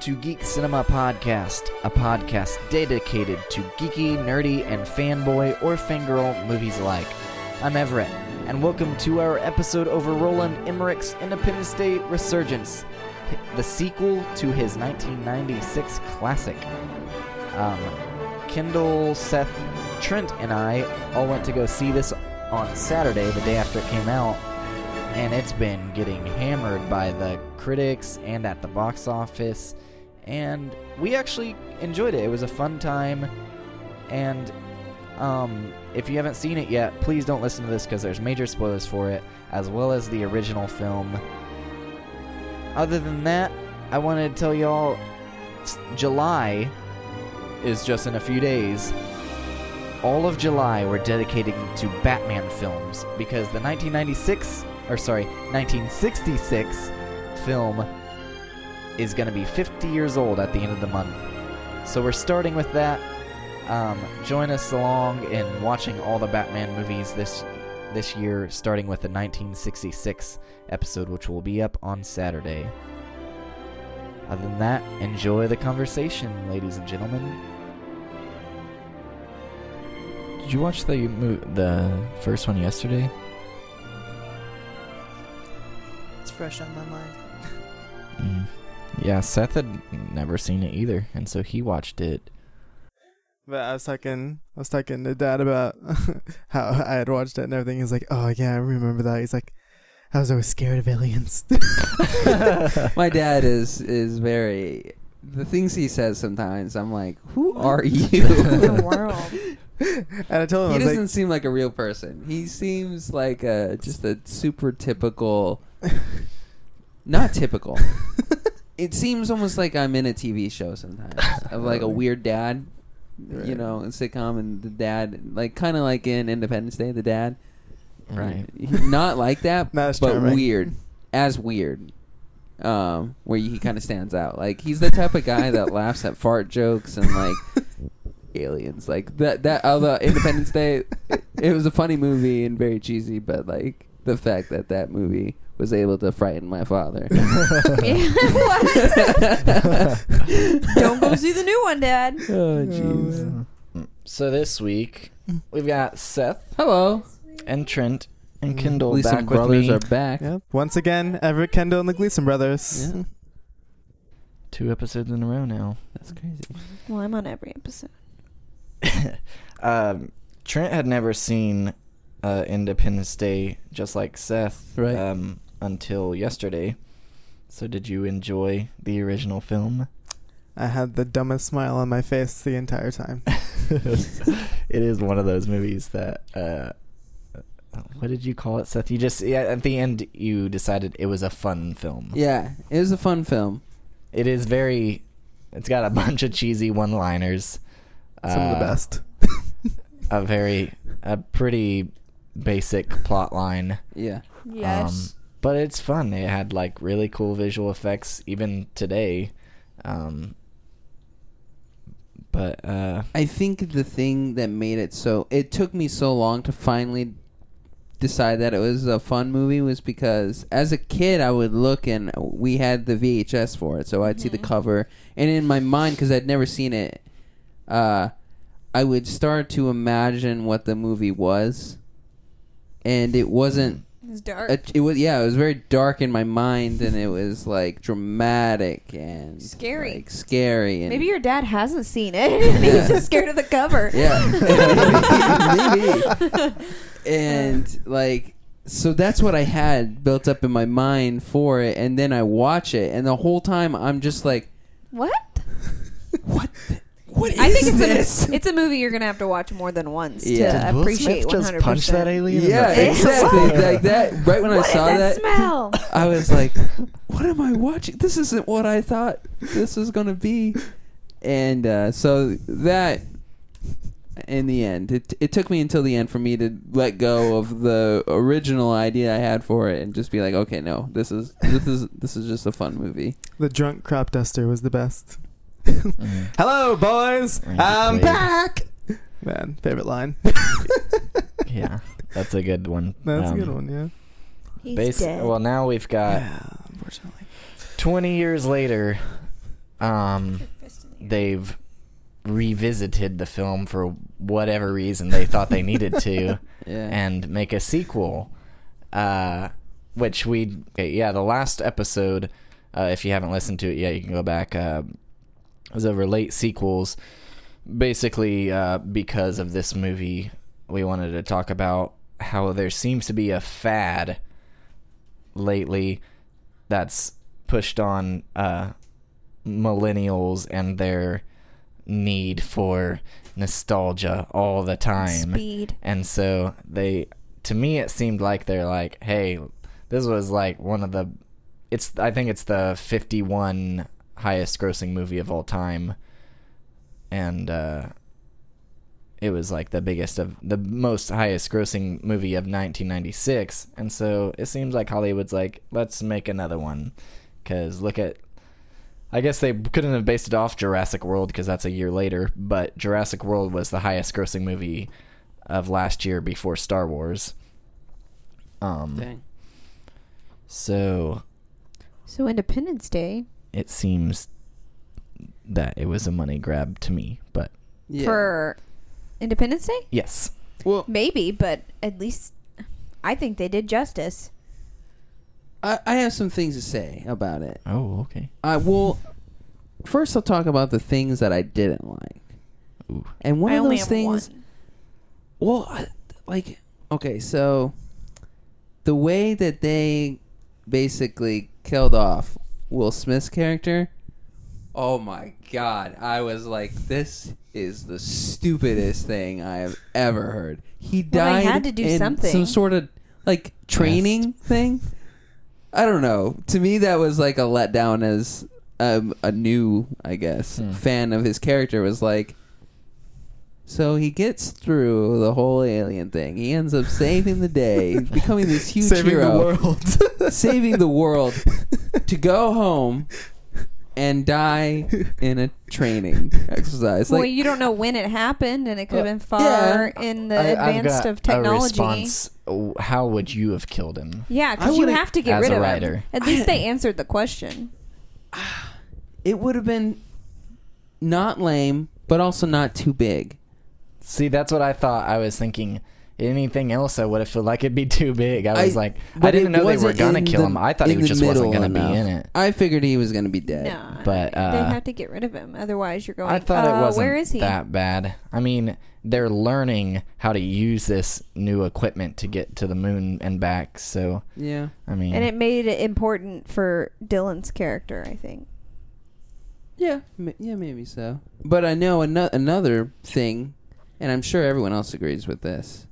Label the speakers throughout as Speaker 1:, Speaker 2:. Speaker 1: to Geek Cinema Podcast, a podcast dedicated to geeky, nerdy, and fanboy or fangirl movies alike. I'm Everett, and welcome to our episode over Roland Emmerich's Independence Day Resurgence, the sequel to his 1996 classic. Um, Kendall, Seth, Trent, and I all went to go see this on Saturday, the day after it came out, and it's been getting hammered by the critics and at the box office. And we actually enjoyed it. It was a fun time. And um, if you haven't seen it yet, please don't listen to this because there's major spoilers for it, as well as the original film. Other than that, I wanted to tell y'all s- July is just in a few days. All of July we're dedicating to Batman films because the 1996 or sorry, 1966 film is going to be 50 years old at the end of the month. So we're starting with that. Um, join us along in watching all the Batman movies this this year, starting with the 1966 episode, which will be up on Saturday. Other than that, enjoy the conversation, ladies and gentlemen. Did you watch the mo- the first one yesterday?
Speaker 2: It's fresh on my mind.
Speaker 1: Mm. Yeah, Seth had never seen it either, and so he watched it.
Speaker 2: But I was talking, I was talking to Dad about how I had watched it and everything. He's like, "Oh yeah, I remember that." He's like, "I was always scared of aliens."
Speaker 3: My dad is is very the things he says sometimes. I'm like, who are
Speaker 2: Who
Speaker 3: you?
Speaker 2: in the world? and I told
Speaker 3: he
Speaker 2: him, I
Speaker 3: doesn't
Speaker 2: was
Speaker 3: seem like a real person. He seems like a just a super typical, not typical. it seems almost like I'm in a TV show sometimes of like a weird dad, you
Speaker 2: Right.
Speaker 3: know, a sitcom and the dad like kind of like in Independence Day, the dad.
Speaker 1: Right.
Speaker 3: Not like that,
Speaker 2: Not as
Speaker 3: but
Speaker 2: charming.
Speaker 3: weird. As weird. Um, where he kind of stands out. Like he's the type of guy that laughs at fart jokes and like aliens. Like that that although Independence Day it, it was a funny movie and very cheesy, but like the fact that that movie was able to frighten my father.
Speaker 4: Don't go see the new one, Dad.
Speaker 3: Oh jeez.
Speaker 1: So this week we've got Seth
Speaker 3: Hello.
Speaker 1: and Trent and Kendall
Speaker 3: Gleason
Speaker 1: back with
Speaker 3: Mm. brothers
Speaker 1: me.
Speaker 3: are back.
Speaker 2: like, "Yep." Once again, Everett Kendall and the Gleason brothers.
Speaker 3: Yeah.
Speaker 5: Two episodes in a row now.
Speaker 3: That's crazy.
Speaker 4: Well, I'm on every episode.
Speaker 5: um, Trent had never seen uh, Independence Day, just like Seth,
Speaker 3: Right.
Speaker 5: um, until yesterday. So, did you enjoy the original film?
Speaker 2: I had the dumbest smile on my face the entire time.
Speaker 5: it is one of those movies that. Uh, what did you call it, Seth? You just yeah, at the end you decided it was a fun film.
Speaker 3: Yeah, it was a fun film.
Speaker 5: It is very. It's got a bunch of cheesy one-liners.
Speaker 2: Some of the best.
Speaker 5: Uh, A very a pretty basic plot line.
Speaker 3: Yeah.
Speaker 4: Yes.
Speaker 5: Um, but it's fun. It had like really cool visual effects even today. Um, but uh,
Speaker 3: I think the thing that made it so it took me so long to finally decide that it was a fun movie was because as a kid I would look and we had the VHS for it, so I'd see the cover and in my mind because I'd never seen it, uh, I would start to imagine what the movie was, and it wasn't
Speaker 4: it's dark.
Speaker 3: Um, it, it was yeah, it was very dark in my mind, and it was like dramatic and
Speaker 4: Scary.
Speaker 3: like, scary. And
Speaker 4: Maybe your dad hasn't seen it. He's just scared of the cover.
Speaker 3: Yeah. Maybe. and
Speaker 4: uh.
Speaker 3: like so that's what I had built up in my mind for it, and then I watch it, and the whole time I'm just like,
Speaker 4: What?
Speaker 3: what? The, what is
Speaker 4: I think it's
Speaker 3: this?
Speaker 4: a, it's a movie you're gonna have to watch more than once
Speaker 3: Yeah.
Speaker 4: to appreciate 100.
Speaker 5: punch that alien?
Speaker 3: yeah,
Speaker 4: the face.
Speaker 3: exactly. like that. Right when I
Speaker 4: What is
Speaker 3: saw
Speaker 4: that
Speaker 3: that,
Speaker 4: smell?
Speaker 3: I was like, what am I watching? This isn't what I thought this was going to be. And uh, so that, in the end, it, it took me until the end for me to let go of the original idea I had for it and just be like, okay, no, this is this is this is just a fun movie.
Speaker 2: The drunk crop duster was the best.
Speaker 5: Mhm.
Speaker 2: Hello, boys.
Speaker 5: Right,
Speaker 2: I'm
Speaker 5: wait.
Speaker 2: back. Man, favorite line.
Speaker 5: yeah, that's a good one.
Speaker 2: That's
Speaker 5: Um,
Speaker 2: a good one. Yeah.
Speaker 4: He's
Speaker 5: basi-
Speaker 4: dead.
Speaker 1: uh,
Speaker 5: well, now we've got
Speaker 2: yeah, unfortunately.
Speaker 5: 20 years later,
Speaker 1: um, they've revisited the film for whatever reason they thought they needed to
Speaker 3: Yeah.
Speaker 1: and make a sequel uh, which we yeah the last episode uh, if you haven't listened to it yet you can go back uh, was over late sequels basically uh, because of this movie we wanted to talk about how there seems to be a fad lately that's pushed on uh, millennials and their need for nostalgia all the time
Speaker 4: Speed.
Speaker 1: and so they, to me, it seemed like they're like, hey, this was like one of the, it's, I think it's the 51 highest grossing movie of all time. And, uh, it was like the biggest of the most highest grossing movie of 1996. And so it seems like Hollywood's like, let's make another one. Cause look at, I guess they couldn't have based it off Jurassic World because that's a year later, but Jurassic World was the highest grossing movie of last year before Star Wars. Um,
Speaker 3: Dang.
Speaker 1: so
Speaker 4: So Independence Day
Speaker 1: it seems that it was a money grab to me, but
Speaker 3: Yeah.
Speaker 4: for Independence Day?
Speaker 1: yes,
Speaker 3: well,
Speaker 4: Maybe, but at least I think they did justice.
Speaker 3: I, I have some things to say about it.
Speaker 1: oh okay,
Speaker 3: I will. First, I'll talk about the things that I didn't like.
Speaker 1: Ooh.
Speaker 3: And one
Speaker 4: I
Speaker 3: of
Speaker 4: only
Speaker 3: those
Speaker 4: have
Speaker 3: things.
Speaker 4: one.
Speaker 3: Well, I- like, okay, so the way that they basically killed off Will Smith's character, oh my god, I was like, this is the stupidest thing I have ever heard. He
Speaker 4: Well,
Speaker 3: died
Speaker 4: they had to do
Speaker 3: in
Speaker 4: something.
Speaker 3: some sort of like training thing. I don't know. To me, that was like a letdown as um, a new, I guess,
Speaker 1: Hmm.
Speaker 3: fan of his character was like. So he gets through the whole alien thing. He ends up saving the day, becoming this huge
Speaker 2: saving
Speaker 3: hero,
Speaker 2: the world.
Speaker 3: saving the world to go home and die in a training exercise.
Speaker 4: well,
Speaker 3: Like,
Speaker 4: you don't know when it happened, and it could have been far in the
Speaker 1: I- I've
Speaker 4: advanced
Speaker 1: got
Speaker 4: of
Speaker 1: A
Speaker 4: technology.
Speaker 1: response. Oh, How would you have killed him?
Speaker 4: Yeah,
Speaker 3: I
Speaker 4: because you
Speaker 3: wouldn't-
Speaker 4: have to get
Speaker 1: As
Speaker 4: rid
Speaker 1: a
Speaker 4: of
Speaker 1: writer.
Speaker 4: him. At least they answered the question.
Speaker 3: it would have been not lame, but also not too big.
Speaker 1: See, that's what I thought. I was thinking. Anything else, I would have felt like it'd be too big. I was
Speaker 3: I-
Speaker 1: like, I
Speaker 3: but
Speaker 1: didn't
Speaker 3: it
Speaker 1: know they were
Speaker 3: wasn't
Speaker 1: gonna
Speaker 3: in
Speaker 1: kill
Speaker 3: the-
Speaker 1: him. I thought he
Speaker 3: in the
Speaker 1: just wasn't gonna
Speaker 3: middle
Speaker 1: be
Speaker 3: enough.
Speaker 1: in it.
Speaker 3: I figured he was gonna be dead.
Speaker 4: No,
Speaker 1: Uh, But,
Speaker 4: they
Speaker 1: uh,
Speaker 4: have to get rid of him. Otherwise, you're going.
Speaker 1: I thought
Speaker 4: uh,
Speaker 1: it wasn't
Speaker 4: Where is he?
Speaker 1: that bad. I mean, they're learning how to use this new equipment to get to the moon and back. So,
Speaker 3: Yeah.
Speaker 1: I mean,
Speaker 4: And it made it important for Dylan's character, I think.
Speaker 3: Yeah, m- yeah, maybe so. But I know ano- another thing, and I'm sure everyone else agrees with this,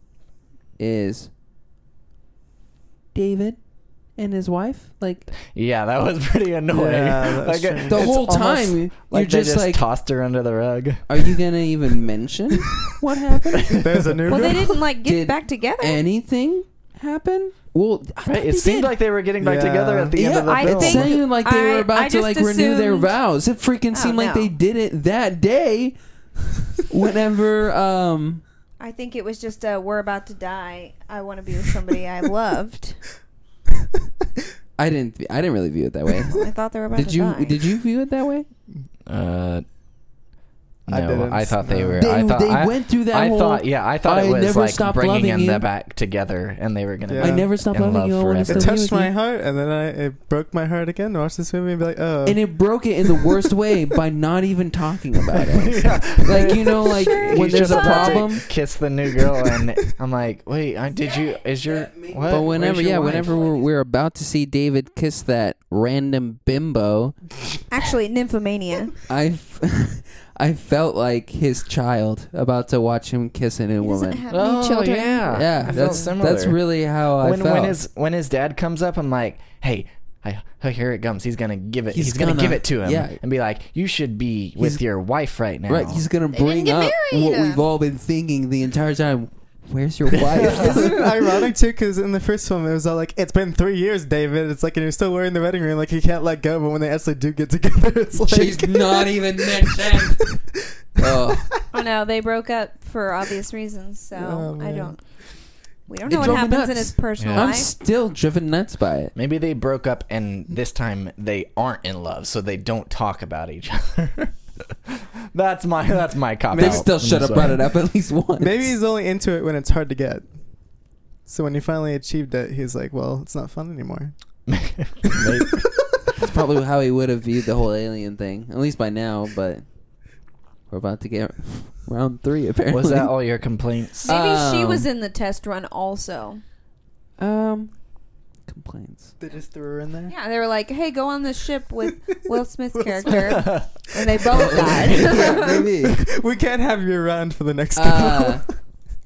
Speaker 3: is David and his wife. Like
Speaker 1: yeah, that was pretty annoying.
Speaker 2: Yeah, that's
Speaker 1: Like,
Speaker 2: true.
Speaker 3: the
Speaker 1: it's
Speaker 3: whole
Speaker 1: almost
Speaker 3: time, you're
Speaker 1: like they
Speaker 3: just,
Speaker 1: just
Speaker 3: like,
Speaker 1: tossed her under the rug.
Speaker 3: are you gonna even mention what happened?
Speaker 2: There's a new
Speaker 4: Well, they didn't like get
Speaker 3: Did
Speaker 4: back together.
Speaker 3: Anything happen? Well, I thought
Speaker 1: Right?
Speaker 3: they
Speaker 1: It seemed
Speaker 3: did.
Speaker 1: like they were getting back
Speaker 2: Yeah.
Speaker 1: together at the end
Speaker 3: Yeah,
Speaker 1: of the
Speaker 4: I
Speaker 1: film.
Speaker 3: it
Speaker 4: think-
Speaker 3: sounded like they
Speaker 4: I-
Speaker 3: were
Speaker 4: I
Speaker 3: about to
Speaker 4: just
Speaker 3: like renew their
Speaker 4: assumed-
Speaker 3: vows. It freaking
Speaker 4: Oh,
Speaker 3: seemed like
Speaker 4: no.
Speaker 3: they did it that day. Whenever um
Speaker 4: I think it was just a "we're about to die. I want to be with somebody I loved."
Speaker 3: I didn't I didn't really view it that way.
Speaker 4: I thought they were about
Speaker 3: did
Speaker 4: to
Speaker 3: you
Speaker 4: die.
Speaker 3: did you view it that way?
Speaker 1: uh, no,
Speaker 2: I didn't.
Speaker 1: I, thought they
Speaker 2: No.
Speaker 1: were.
Speaker 3: They-
Speaker 1: I thought
Speaker 3: they
Speaker 1: I,
Speaker 3: went through that
Speaker 1: I
Speaker 3: whole,
Speaker 1: thought, yeah, I thought
Speaker 3: "I
Speaker 1: it was
Speaker 3: never
Speaker 1: like
Speaker 3: stopped
Speaker 1: bringing
Speaker 3: loving
Speaker 1: them
Speaker 3: you."
Speaker 1: back together, and they were gonna.
Speaker 2: Yeah.
Speaker 1: be
Speaker 3: I never stopped
Speaker 1: in
Speaker 3: loving
Speaker 1: love
Speaker 3: you. I
Speaker 1: forever.
Speaker 3: wanna still
Speaker 2: it
Speaker 3: be with
Speaker 2: touched my
Speaker 3: you.
Speaker 2: heart, and then I it broke my heart again. to Watch this movie and be like, oh,
Speaker 3: and it broke it in the worst way by not even talking about it.
Speaker 1: Yeah.
Speaker 3: Like you know, like
Speaker 4: Sure,
Speaker 3: when
Speaker 1: He's
Speaker 3: there's
Speaker 1: just
Speaker 3: a
Speaker 1: about to
Speaker 3: problem.
Speaker 1: kiss the new girl, and I'm like, wait, I, did you? Is your what?
Speaker 3: But
Speaker 1: Where's
Speaker 3: whenever,
Speaker 1: your
Speaker 3: yeah,
Speaker 1: wife?
Speaker 3: whenever we're, we're about to see David kiss that random bimbo,
Speaker 4: Actually, nymphomania.
Speaker 3: I, f- I felt like his child about to watch him kiss a new
Speaker 4: He doesn't
Speaker 3: woman.
Speaker 4: have any
Speaker 1: Oh
Speaker 4: children.
Speaker 2: Ah,
Speaker 1: yeah, I
Speaker 3: yeah,
Speaker 1: felt
Speaker 3: that's
Speaker 1: similar.
Speaker 3: that's really how I
Speaker 1: when
Speaker 3: felt.
Speaker 1: when his when his dad comes up, I'm like, hey. I, oh, here it comes. He's gonna give it. He's,
Speaker 3: He's
Speaker 1: gonna,
Speaker 3: gonna-
Speaker 1: give it to him
Speaker 3: yeah.
Speaker 1: and be like, "You should be with
Speaker 3: He's-
Speaker 1: your wife right now."
Speaker 3: right, he's gonna
Speaker 4: didn't
Speaker 3: bring
Speaker 4: get
Speaker 3: up what
Speaker 4: married.
Speaker 3: we've all been thinking the entire time. Where's your wife?
Speaker 2: Isn't it ironic too? Because in the first film, it was all like, "It's been three years, David." It's like, and you're still wearing the wedding ring, like you can't let go. But when they actually do get together, it's like
Speaker 3: She's not even mentioned. oh,
Speaker 4: Oh no, they broke up for obvious reasons. So
Speaker 2: Oh,
Speaker 4: I
Speaker 2: man.
Speaker 4: don't. We don't
Speaker 3: It
Speaker 4: know what
Speaker 3: drove me
Speaker 4: happens in
Speaker 3: nuts.
Speaker 4: his personal
Speaker 1: Yeah.
Speaker 3: I'm
Speaker 4: life.
Speaker 3: still driven nuts by it.
Speaker 1: Maybe they broke up and this time they aren't in love, so they don't talk about each other. that's my that's my cop.
Speaker 3: They
Speaker 1: out.
Speaker 3: still
Speaker 1: I'm
Speaker 3: should have
Speaker 1: sorry.
Speaker 3: brought it up at least once.
Speaker 2: Maybe he's only into it when it's hard to get. So when he finally achieved it, he's like, "Well, it's not fun anymore."
Speaker 1: May-
Speaker 3: That's probably how he would have viewed the whole alien thing, at least by now. But we're about to get round three. Apparently,
Speaker 1: was that all your complaints?
Speaker 4: Maybe she was
Speaker 3: Um,
Speaker 4: in the test run also.
Speaker 3: Um, complaints.
Speaker 2: They just threw her in there.
Speaker 4: Yeah, they were like, "Hey, go on the ship with Will Smith's character," and they both died.
Speaker 3: Yeah, maybe.
Speaker 2: we can't have you around for the next
Speaker 3: Uh,
Speaker 2: couple.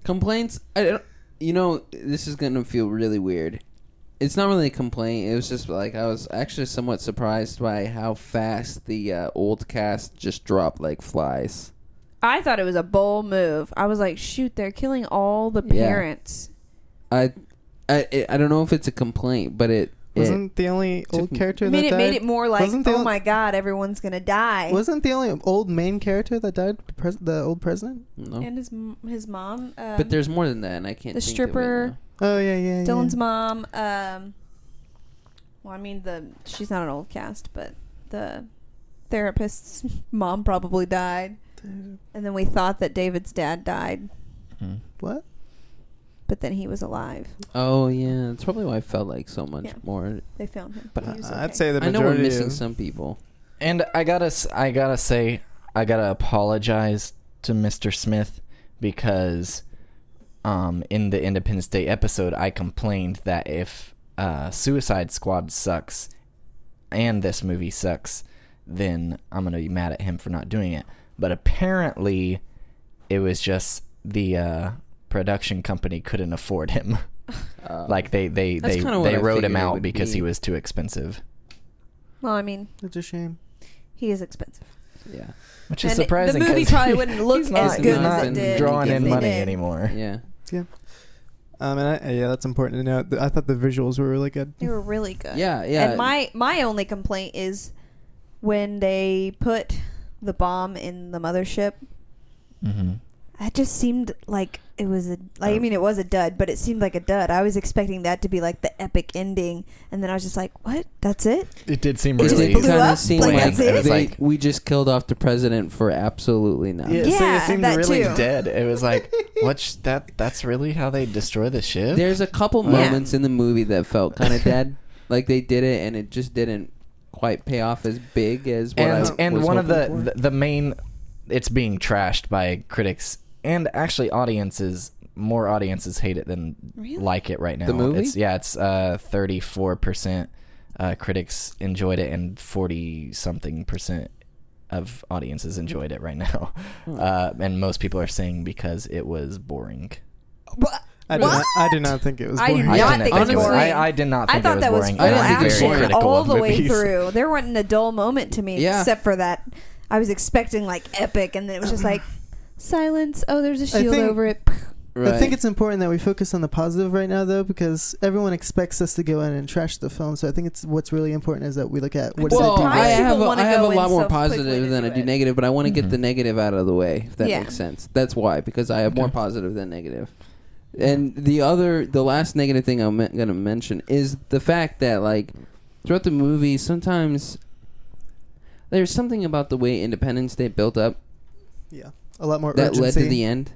Speaker 3: complaints. I don't. You know, this is gonna feel really weird. It's not really a complaint. It was just like I was actually somewhat surprised by how fast the uh, old cast just dropped like flies.
Speaker 4: I thought it was a bold move. I was like, "Shoot, they're killing all the
Speaker 3: Yeah.
Speaker 4: parents."
Speaker 3: I, I, I don't know if it's a complaint, but it. it-
Speaker 2: wasn't the only old character
Speaker 4: I mean,
Speaker 2: that
Speaker 4: it
Speaker 2: died?
Speaker 4: made it more like,
Speaker 2: Wasn't the
Speaker 4: "Oh
Speaker 2: only-
Speaker 4: my god, everyone's gonna die."
Speaker 2: Wasn't the only old main character that died the, pres- the old president?
Speaker 3: no.
Speaker 4: and his m- his mom, um,
Speaker 3: But there's more than that, and I can't.
Speaker 4: the
Speaker 3: think of it
Speaker 4: stripper-
Speaker 3: now.
Speaker 2: Oh yeah, yeah.
Speaker 4: Dylan's
Speaker 2: yeah.
Speaker 4: mom. Um, well, I mean, the she's not an old cast, but the therapist's mom probably died, and then we thought that David's dad died,
Speaker 3: Hmm.
Speaker 1: Mhm.
Speaker 2: What?
Speaker 4: but then he was alive.
Speaker 3: Oh yeah, that's probably why I felt like so much
Speaker 4: Yeah.
Speaker 3: more.
Speaker 4: They found him.
Speaker 3: But
Speaker 4: He was okay.
Speaker 2: Uh, I'd say the
Speaker 3: I know
Speaker 2: majority.
Speaker 3: we're missing
Speaker 2: of-
Speaker 3: some people.
Speaker 1: And I gotta, s- I gotta say, I gotta apologize to Mr. Smith because, um, in the Independence Day episode, I complained that if uh, Suicide Squad sucks, and this movie sucks, then I'm gonna be mad at him for not doing it. But apparently, it was just the uh, production company couldn't afford him.
Speaker 3: Uh,
Speaker 1: like they they
Speaker 3: That's
Speaker 1: they
Speaker 3: kinda what
Speaker 1: they
Speaker 3: I
Speaker 1: wrote
Speaker 3: figured
Speaker 1: him
Speaker 3: it
Speaker 1: out
Speaker 3: would
Speaker 1: because
Speaker 3: be.
Speaker 1: he was too expensive,
Speaker 4: Well, I mean,
Speaker 2: It's a shame.
Speaker 4: he is expensive.
Speaker 3: yeah,
Speaker 1: which is
Speaker 4: And it-
Speaker 1: surprising.
Speaker 4: The movie
Speaker 1: 'cause-
Speaker 4: probably wouldn't look
Speaker 1: He's
Speaker 4: as
Speaker 1: not-
Speaker 4: good
Speaker 1: he's
Speaker 4: as
Speaker 1: not
Speaker 4: it did.
Speaker 1: drawing
Speaker 4: if
Speaker 1: in
Speaker 4: they
Speaker 1: money
Speaker 4: did.
Speaker 1: anymore.
Speaker 3: yeah.
Speaker 2: Um, and I, yeah, that's important to note. I thought the visuals were really good.
Speaker 4: They were really good.
Speaker 3: Yeah, yeah.
Speaker 4: And my my only complaint is when they put the bomb in the mothership.
Speaker 1: Mm-hmm.
Speaker 4: That just seemed like it was a like I mean it was a dud, but it seemed like a dud. I was expecting that to be like the epic ending, and then I was just like, "What? That's it?"
Speaker 1: It did seem
Speaker 3: It
Speaker 4: Is
Speaker 1: really.
Speaker 4: it blew
Speaker 3: kind
Speaker 4: up?
Speaker 3: of seemed
Speaker 4: Like,
Speaker 3: like,
Speaker 4: that's it?
Speaker 1: It's
Speaker 3: they,
Speaker 1: like-
Speaker 3: we just killed off the president for absolutely nothing.
Speaker 1: Yeah, so it
Speaker 4: Yeah,
Speaker 1: seemed
Speaker 4: that
Speaker 1: really
Speaker 4: too.
Speaker 1: dead. It was like, what's that? That's really how they destroy the ship.
Speaker 3: There's a couple
Speaker 4: Yeah.
Speaker 3: moments in the movie that felt kind of dead, like they did it and it just didn't quite pay off as big as what
Speaker 1: and
Speaker 3: I
Speaker 1: and
Speaker 3: was
Speaker 1: one of the,
Speaker 3: hoping for.
Speaker 1: the the main, it's being trashed by critics and actually audiences. More audiences hate it than
Speaker 4: Really?
Speaker 1: like it right now.
Speaker 3: The movie?
Speaker 1: It's, yeah, it's thirty four percent uh, critics enjoyed it and forty something percent of audiences enjoyed it right now.
Speaker 3: Hmm.
Speaker 1: Uh, and most people are saying because it was boring.
Speaker 2: I do, not, I do not think it was
Speaker 4: I do
Speaker 2: boring.
Speaker 4: not
Speaker 1: didn't
Speaker 4: think
Speaker 1: think
Speaker 4: it was boring.
Speaker 1: I- I did not
Speaker 4: I
Speaker 1: think it
Speaker 4: thought
Speaker 1: was
Speaker 4: that was
Speaker 1: boring.
Speaker 4: full
Speaker 3: I didn't think it was boring.
Speaker 4: action
Speaker 3: Critical
Speaker 4: all
Speaker 1: of
Speaker 4: the way
Speaker 1: movies.
Speaker 4: through. There wasn't a dull moment to me
Speaker 3: Yeah.
Speaker 4: except for that. I was expecting like epic, and then it was just like silence. Oh, there's a
Speaker 2: I
Speaker 4: shield
Speaker 2: think-
Speaker 4: over it.
Speaker 3: right.
Speaker 2: I think it's important that we focus on the positive right now, though, because everyone expects us to go in and trash the film. So I think it's what's really important is that we look at what is
Speaker 3: well,
Speaker 2: it doing.
Speaker 4: Sometimes
Speaker 3: I have, a,
Speaker 4: people
Speaker 3: I
Speaker 4: wanna
Speaker 3: have a
Speaker 4: go in
Speaker 3: lot more
Speaker 4: so quickly
Speaker 3: positive
Speaker 4: to
Speaker 3: than I
Speaker 4: do
Speaker 3: do
Speaker 4: it.
Speaker 3: negative, but I want to get
Speaker 1: Mhm.
Speaker 3: the negative out of the way, if that
Speaker 4: Yeah.
Speaker 3: makes sense. That's why, because I have more
Speaker 1: Okay.
Speaker 3: positive than negative. And the other, the last negative thing I'm going to mention is the fact that, like, throughout the movie, sometimes there's something about the way Independence Day built up
Speaker 2: yeah, a lot more
Speaker 3: that
Speaker 2: urgency.
Speaker 3: led to the end.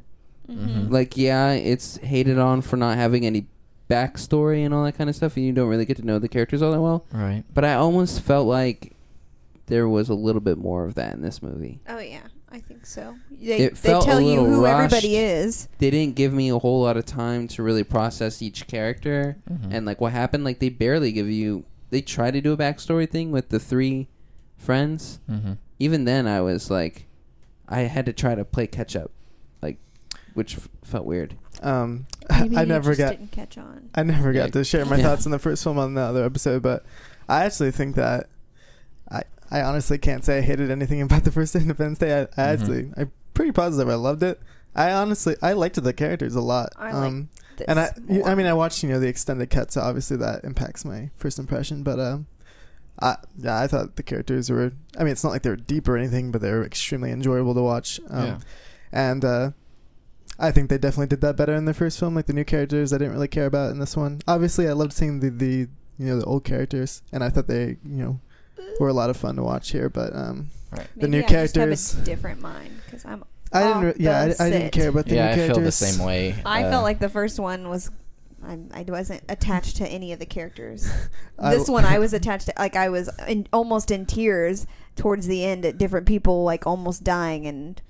Speaker 4: Mm-hmm.
Speaker 1: Mhm.
Speaker 3: Like, yeah, it's hated on for not having any backstory and all that kind of stuff, and you don't really get to know the characters all that well.
Speaker 1: Right.
Speaker 3: But I almost felt like there was a little bit more of that in this movie.
Speaker 4: Oh yeah, I think so. They,
Speaker 3: It
Speaker 4: they
Speaker 3: felt a
Speaker 4: tell you
Speaker 3: little
Speaker 4: who
Speaker 3: rushed.
Speaker 4: everybody is.
Speaker 3: They didn't give me a whole lot of time to really process each character and like what happened. Like they barely give you. They try to do a backstory thing with the three friends.
Speaker 1: Mm-hmm.
Speaker 3: Even then, I was like, I had to try to play catch up, like, which f- felt weird.
Speaker 2: Um,
Speaker 4: Maybe
Speaker 2: I
Speaker 4: you
Speaker 2: never
Speaker 4: just
Speaker 2: got
Speaker 4: didn't catch on.
Speaker 2: I never
Speaker 3: Yeah.
Speaker 2: got to share my
Speaker 3: Yeah.
Speaker 2: thoughts on the first film on the other episode, but I actually think that I I honestly can't say I hated anything about the first Independence Day. I,
Speaker 3: Mm-hmm.
Speaker 2: I
Speaker 1: Mhm.
Speaker 2: actually I'm pretty positive I loved it. I honestly I liked the characters a lot.
Speaker 4: I
Speaker 2: um,
Speaker 4: This
Speaker 2: and I
Speaker 4: more.
Speaker 2: I mean I watched you know the extended cut, so obviously that impacts my first impression. But um, I yeah I thought the characters were I mean it's not like they were deep or anything, but they were extremely enjoyable to watch. Um,
Speaker 1: Yeah.
Speaker 2: and uh, I think they definitely did that better in the first film. Like the new characters, I didn't really care about in this one. Obviously, I loved seeing the the you know the old characters, and I thought they you know were a lot of fun to watch here. But um, the new
Speaker 4: I just
Speaker 2: characters-
Speaker 4: have a different mind because I'm.
Speaker 2: I didn't. Re- yeah, I, I
Speaker 4: Opposite.
Speaker 2: didn't care about the
Speaker 1: yeah,
Speaker 2: new
Speaker 1: I
Speaker 2: characters.
Speaker 1: feel the same way.
Speaker 4: I
Speaker 1: uh,
Speaker 4: felt like the first one was. I'm, I wasn't attached to any of the characters.
Speaker 2: I-
Speaker 4: this one, I was attached to. Like I was in, almost in tears towards the end at different people, like almost dying and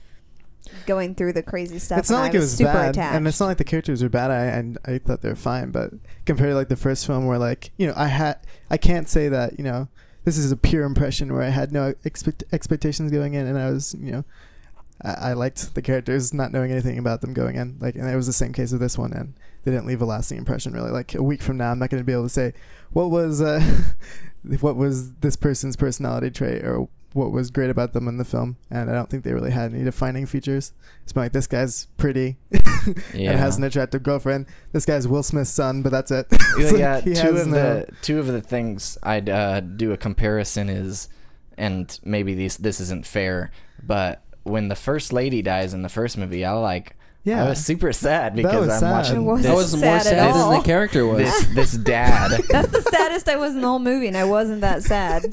Speaker 4: going through the crazy stuff.
Speaker 2: It's not
Speaker 4: and I
Speaker 2: like it was
Speaker 4: super
Speaker 2: bad,
Speaker 4: attached.
Speaker 2: and it's not like the characters were bad. I, I I thought they were fine, but compared to like the first film, where like you know I had I can't say that you know this is a pure impression where I had no expect, expectations going in, and I was you know I, I liked the characters, not knowing anything about them going in. Like, and it was the same case with this one, and they didn't leave a lasting impression. Really, like a week from now, I'm not going to be able to say what was uh, what was this person's personality trait or what was great about them in the film, and I don't think they really had any defining features. It's been like this guy's pretty
Speaker 1: yeah.
Speaker 2: and has an attractive girlfriend. This guy's Will Smith's son, but that's it.
Speaker 1: Yeah,
Speaker 2: It's like
Speaker 1: yeah,
Speaker 2: he uh,
Speaker 1: two
Speaker 2: has
Speaker 1: of the two of the things I'd uh, do a comparison is, and maybe these this isn't fair, but when the first lady dies in the first movie, I like
Speaker 2: yeah.
Speaker 1: I was super sad
Speaker 2: That
Speaker 1: because
Speaker 2: was
Speaker 1: I'm
Speaker 2: sad. It
Speaker 1: watching
Speaker 4: wasn't
Speaker 1: this,
Speaker 3: That was
Speaker 4: sad
Speaker 3: more
Speaker 4: at
Speaker 3: sad than
Speaker 4: all.
Speaker 3: the character was.
Speaker 1: this this dad.
Speaker 4: That's the saddest I was in the whole movie, and I wasn't that sad.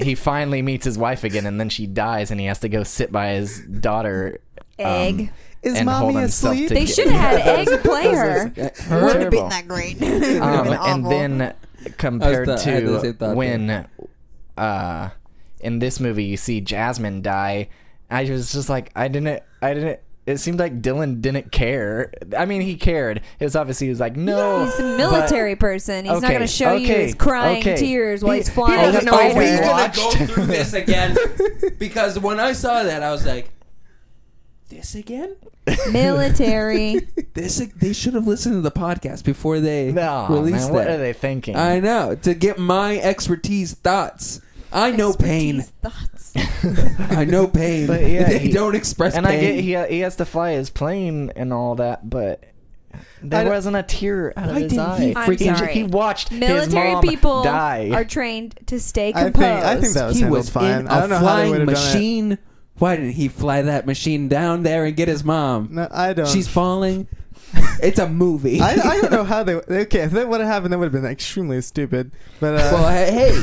Speaker 1: he finally meets his wife again, and then she dies, and he has to go sit by his daughter. um,
Speaker 4: Egg.
Speaker 2: Is
Speaker 1: and hold
Speaker 2: mommy
Speaker 1: himself
Speaker 2: asleep?
Speaker 1: to
Speaker 4: they
Speaker 1: get-
Speaker 4: should have
Speaker 1: That
Speaker 4: had
Speaker 1: was-
Speaker 4: Egg play her.
Speaker 3: Uh,
Speaker 1: Her?
Speaker 4: Wouldn't have been
Speaker 1: Terrible.
Speaker 4: that great. It would've
Speaker 1: Um,
Speaker 4: been
Speaker 1: and
Speaker 4: awful.
Speaker 1: then compared
Speaker 3: I had the same
Speaker 1: to
Speaker 3: thought,
Speaker 1: when uh, in this movie you see Jasmine die, I was just like, I didn't, I didn't. It seemed like Dylan didn't care. I mean, he cared. It was obviously he was like, no,
Speaker 4: He's a
Speaker 1: but-
Speaker 4: military person. He's not
Speaker 1: Okay,
Speaker 4: going to show you
Speaker 1: okay,
Speaker 4: his crying
Speaker 1: okay.
Speaker 4: tears while
Speaker 1: He-
Speaker 4: he's
Speaker 1: he
Speaker 4: flying.
Speaker 1: doesn't know
Speaker 4: over
Speaker 1: what
Speaker 4: you.
Speaker 1: we
Speaker 3: gonna
Speaker 1: watched.
Speaker 3: go through this again? because when I saw that, I was like, "This again?
Speaker 4: military.
Speaker 3: This? ag- They should have listened to the podcast before they
Speaker 1: No,
Speaker 3: released
Speaker 1: man, what
Speaker 3: that."
Speaker 1: are they thinking?
Speaker 3: I know to get my expertise thoughts. I know pain.
Speaker 4: Expertise Thoughts.
Speaker 3: I know pain.
Speaker 1: But yeah,
Speaker 3: they
Speaker 1: he-
Speaker 3: don't express
Speaker 1: and I
Speaker 3: pain.
Speaker 1: get he, he has to fly his plane and all that, but
Speaker 2: I
Speaker 1: there
Speaker 2: don't-
Speaker 1: wasn't a tear out of
Speaker 3: Why
Speaker 1: his
Speaker 3: didn't he
Speaker 1: eye.
Speaker 4: I'm
Speaker 1: He-
Speaker 4: sorry.
Speaker 1: He, watched his
Speaker 4: Military
Speaker 1: mom
Speaker 4: people
Speaker 1: die.
Speaker 4: are trained to stay
Speaker 2: I think-
Speaker 4: composed.
Speaker 2: I think that was
Speaker 3: he
Speaker 2: handled
Speaker 3: was
Speaker 2: fine.
Speaker 3: in
Speaker 2: I don't
Speaker 3: a
Speaker 2: know how they
Speaker 3: flying
Speaker 2: would've done it.
Speaker 3: machine. Why didn't he fly that machine down there and get his mom?
Speaker 2: No, I don't.
Speaker 3: She's falling. it's a movie.
Speaker 2: I, I don't know how they. Okay, if that would have happened, that would have been extremely stupid. But uh,
Speaker 3: well, hey, hey.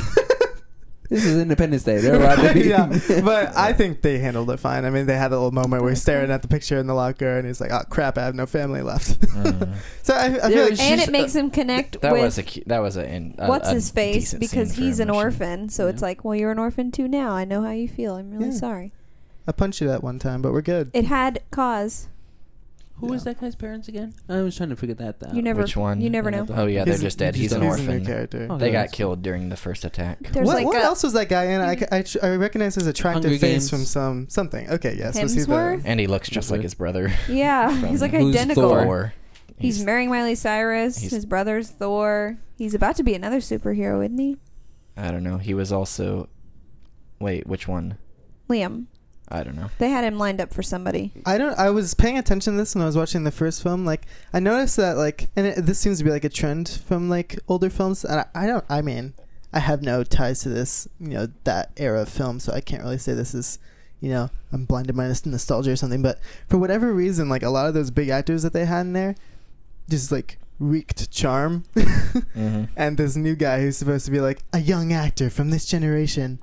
Speaker 3: this is Independence Day. They're allowed to be.
Speaker 2: yeah, but I think they handled it fine. I mean, they had a little moment where he's staring at the picture in the locker, and he's like, "Oh crap, I have no family left." so I, I feel like
Speaker 3: was-
Speaker 4: and
Speaker 3: she's-
Speaker 4: it makes him connect
Speaker 1: Mm. that
Speaker 4: with
Speaker 1: was a cu- that was a, in- a
Speaker 4: what's
Speaker 1: a
Speaker 4: his
Speaker 1: decent
Speaker 4: face
Speaker 1: scene
Speaker 4: because
Speaker 1: for
Speaker 4: he's an
Speaker 1: emotion.
Speaker 4: orphan. So it's like, well, you're an orphan too now. I know how you feel. I'm really
Speaker 2: Yeah.
Speaker 4: sorry.
Speaker 2: I punched you that one time, but we're good.
Speaker 4: It had cause.
Speaker 3: Who was that guy's parents again? I was trying to figure that out.
Speaker 4: You never.
Speaker 1: Uh, which one?
Speaker 4: You never
Speaker 3: Yeah,
Speaker 4: know.
Speaker 3: the-
Speaker 1: Oh yeah, they're
Speaker 2: He's-
Speaker 1: just dead. He's an
Speaker 2: he's a new
Speaker 1: orphan.
Speaker 2: character.
Speaker 3: Oh,
Speaker 1: They
Speaker 3: yeah,
Speaker 1: got
Speaker 3: that's-
Speaker 1: killed during the first attack.
Speaker 4: There's
Speaker 2: what
Speaker 4: like
Speaker 2: what
Speaker 4: a
Speaker 2: else was that guy in? I, I, I recognize his attractive face
Speaker 3: Hunger Games.
Speaker 2: from some something. Okay, yes. was he the-
Speaker 4: Hemsworth?
Speaker 1: And he looks just like his brother.
Speaker 4: yeah.
Speaker 1: from-
Speaker 4: He's like
Speaker 3: Who's
Speaker 4: identical.
Speaker 3: Thor?
Speaker 1: Or
Speaker 4: He's, marrying Miley Cyrus.
Speaker 1: he's-
Speaker 4: His brother's Thor. He's about to be another superhero, isn't he?
Speaker 1: I don't know. He was also. Wait, which one?
Speaker 4: Liam.
Speaker 1: I don't know.
Speaker 4: They had him lined up for somebody.
Speaker 2: I don't. I was paying attention to this when I was watching the first film. Like, I noticed that like, and it, this seems to be like a trend from like older films. And I, I don't. I mean, I have no ties to this, you know, that era of film, so I can't really say this is, you know, I'm blinded by this nostalgia or something. But for whatever reason, like a lot of those big actors that they had in there, just like reeked charm.
Speaker 1: Mm-hmm.
Speaker 2: and this new guy who's supposed to be like a young actor from this generation.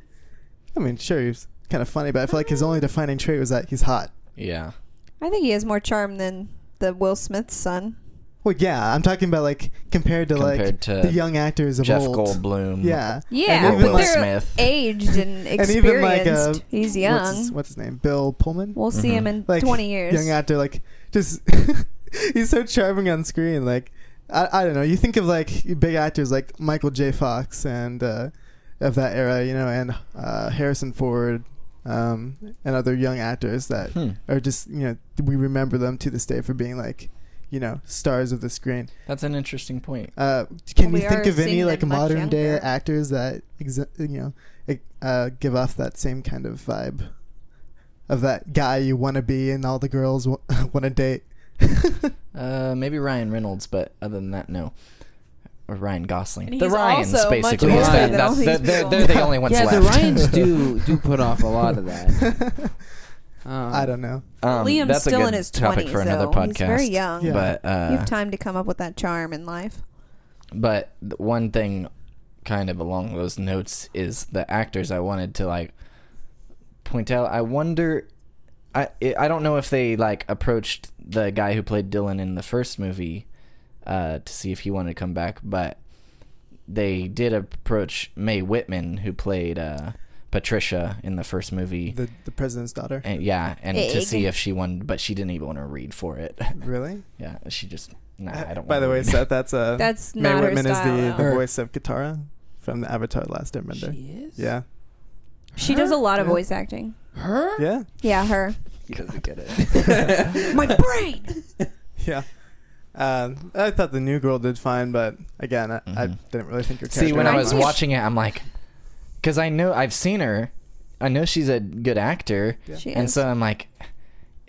Speaker 2: I mean, sure, he's kind of funny, but I feel like his only defining trait was that he's hot.
Speaker 1: Yeah.
Speaker 4: I think he has more charm than the Will Smith son.
Speaker 2: Well, yeah, I'm talking about like compared to like
Speaker 1: Compared to
Speaker 2: the young actors of
Speaker 1: Jeff
Speaker 2: old.
Speaker 1: Goldblum.
Speaker 2: Yeah,
Speaker 4: Yeah,
Speaker 2: And
Speaker 1: Or
Speaker 2: even
Speaker 4: but
Speaker 1: Will
Speaker 2: like-
Speaker 4: they're
Speaker 1: Smith.
Speaker 4: aged and
Speaker 2: And
Speaker 4: experienced.
Speaker 2: even like, uh,
Speaker 4: He's
Speaker 2: What's
Speaker 4: young.
Speaker 2: his, what's his name? Bill Pullman.
Speaker 4: we'll see him in
Speaker 2: Like,
Speaker 4: 20 years.
Speaker 2: Young actor, like just he's so charming on screen. Like I, I don't know. You think of like big actors like Michael J. Fox and uh, of that era, you know, and uh, Harrison Ford. Um, and other young actors that
Speaker 1: Hmm.
Speaker 2: are just you know we remember them to this day for being like you know stars of the screen.
Speaker 1: That's an interesting point.
Speaker 2: Uh, can
Speaker 4: Well,
Speaker 2: you
Speaker 4: we
Speaker 2: think
Speaker 4: are
Speaker 2: of any
Speaker 4: seeing
Speaker 2: like
Speaker 4: them much
Speaker 2: modern day
Speaker 4: younger.
Speaker 2: actors that exi- you know ex- uh, give off that same kind of vibe of that guy you want to be and all the girls w- want to date?
Speaker 1: Uh, maybe Ryan Reynolds, but other than that, no. Or Ryan Gosling.
Speaker 4: And
Speaker 1: the
Speaker 4: he's
Speaker 1: Ryans,
Speaker 4: also much
Speaker 1: basically.
Speaker 3: older
Speaker 1: is that-
Speaker 3: than
Speaker 1: that's-
Speaker 4: all these
Speaker 1: they're, they're,
Speaker 4: people.
Speaker 1: they're the only ones
Speaker 3: yeah,
Speaker 1: left.
Speaker 3: the Ryans do do put off a lot of that. Um,
Speaker 2: I don't know.
Speaker 1: Um,
Speaker 4: Liam's
Speaker 1: that's
Speaker 4: still
Speaker 1: a good
Speaker 4: in his
Speaker 1: topic
Speaker 4: 20s,
Speaker 1: for another
Speaker 4: though.
Speaker 1: podcast.
Speaker 4: He's very young.
Speaker 2: Yeah.
Speaker 1: But uh,
Speaker 4: you have time to come up with that charm in life.
Speaker 1: But th- one thing, kind of along those notes, is the actors I wanted to like point out. I wonder, I I I don't know if they like approached the guy who played Dylan in the first movie uh, to see if he wanted to come back, but they did approach Mae Whitman, who played uh, Patricia in the first movie.
Speaker 2: The the president's daughter.
Speaker 1: And, yeah, and to
Speaker 4: Egg.
Speaker 1: see if she wanted, but she didn't even want to read for it.
Speaker 2: Really?
Speaker 1: yeah, she just nah. I don't.
Speaker 2: By the
Speaker 1: wanna
Speaker 2: way,
Speaker 1: read.
Speaker 2: Seth, that's uh,
Speaker 4: That's
Speaker 2: Mae
Speaker 4: not
Speaker 2: Whitman
Speaker 4: her
Speaker 2: is
Speaker 4: style.
Speaker 2: the, the
Speaker 4: though.
Speaker 3: Her.
Speaker 2: voice of Katara from the Avatar: The Last Airbender.
Speaker 3: She is.
Speaker 2: Yeah.
Speaker 4: she does a lot of
Speaker 2: Yeah.
Speaker 4: voice acting.
Speaker 3: Her.
Speaker 2: Yeah.
Speaker 4: Yeah, her.
Speaker 3: He doesn't get it.
Speaker 4: My brain.
Speaker 2: Yeah. Um, I thought the new girl did fine, but again, I, I
Speaker 1: Mhm.
Speaker 2: didn't really think her character.
Speaker 1: See, when I
Speaker 4: Right.
Speaker 1: was
Speaker 4: Yeah.
Speaker 1: watching it, I'm like, because I know I've seen her, I know she's a good actor,
Speaker 2: Yeah.
Speaker 4: She
Speaker 1: and
Speaker 4: is.
Speaker 1: so I'm like,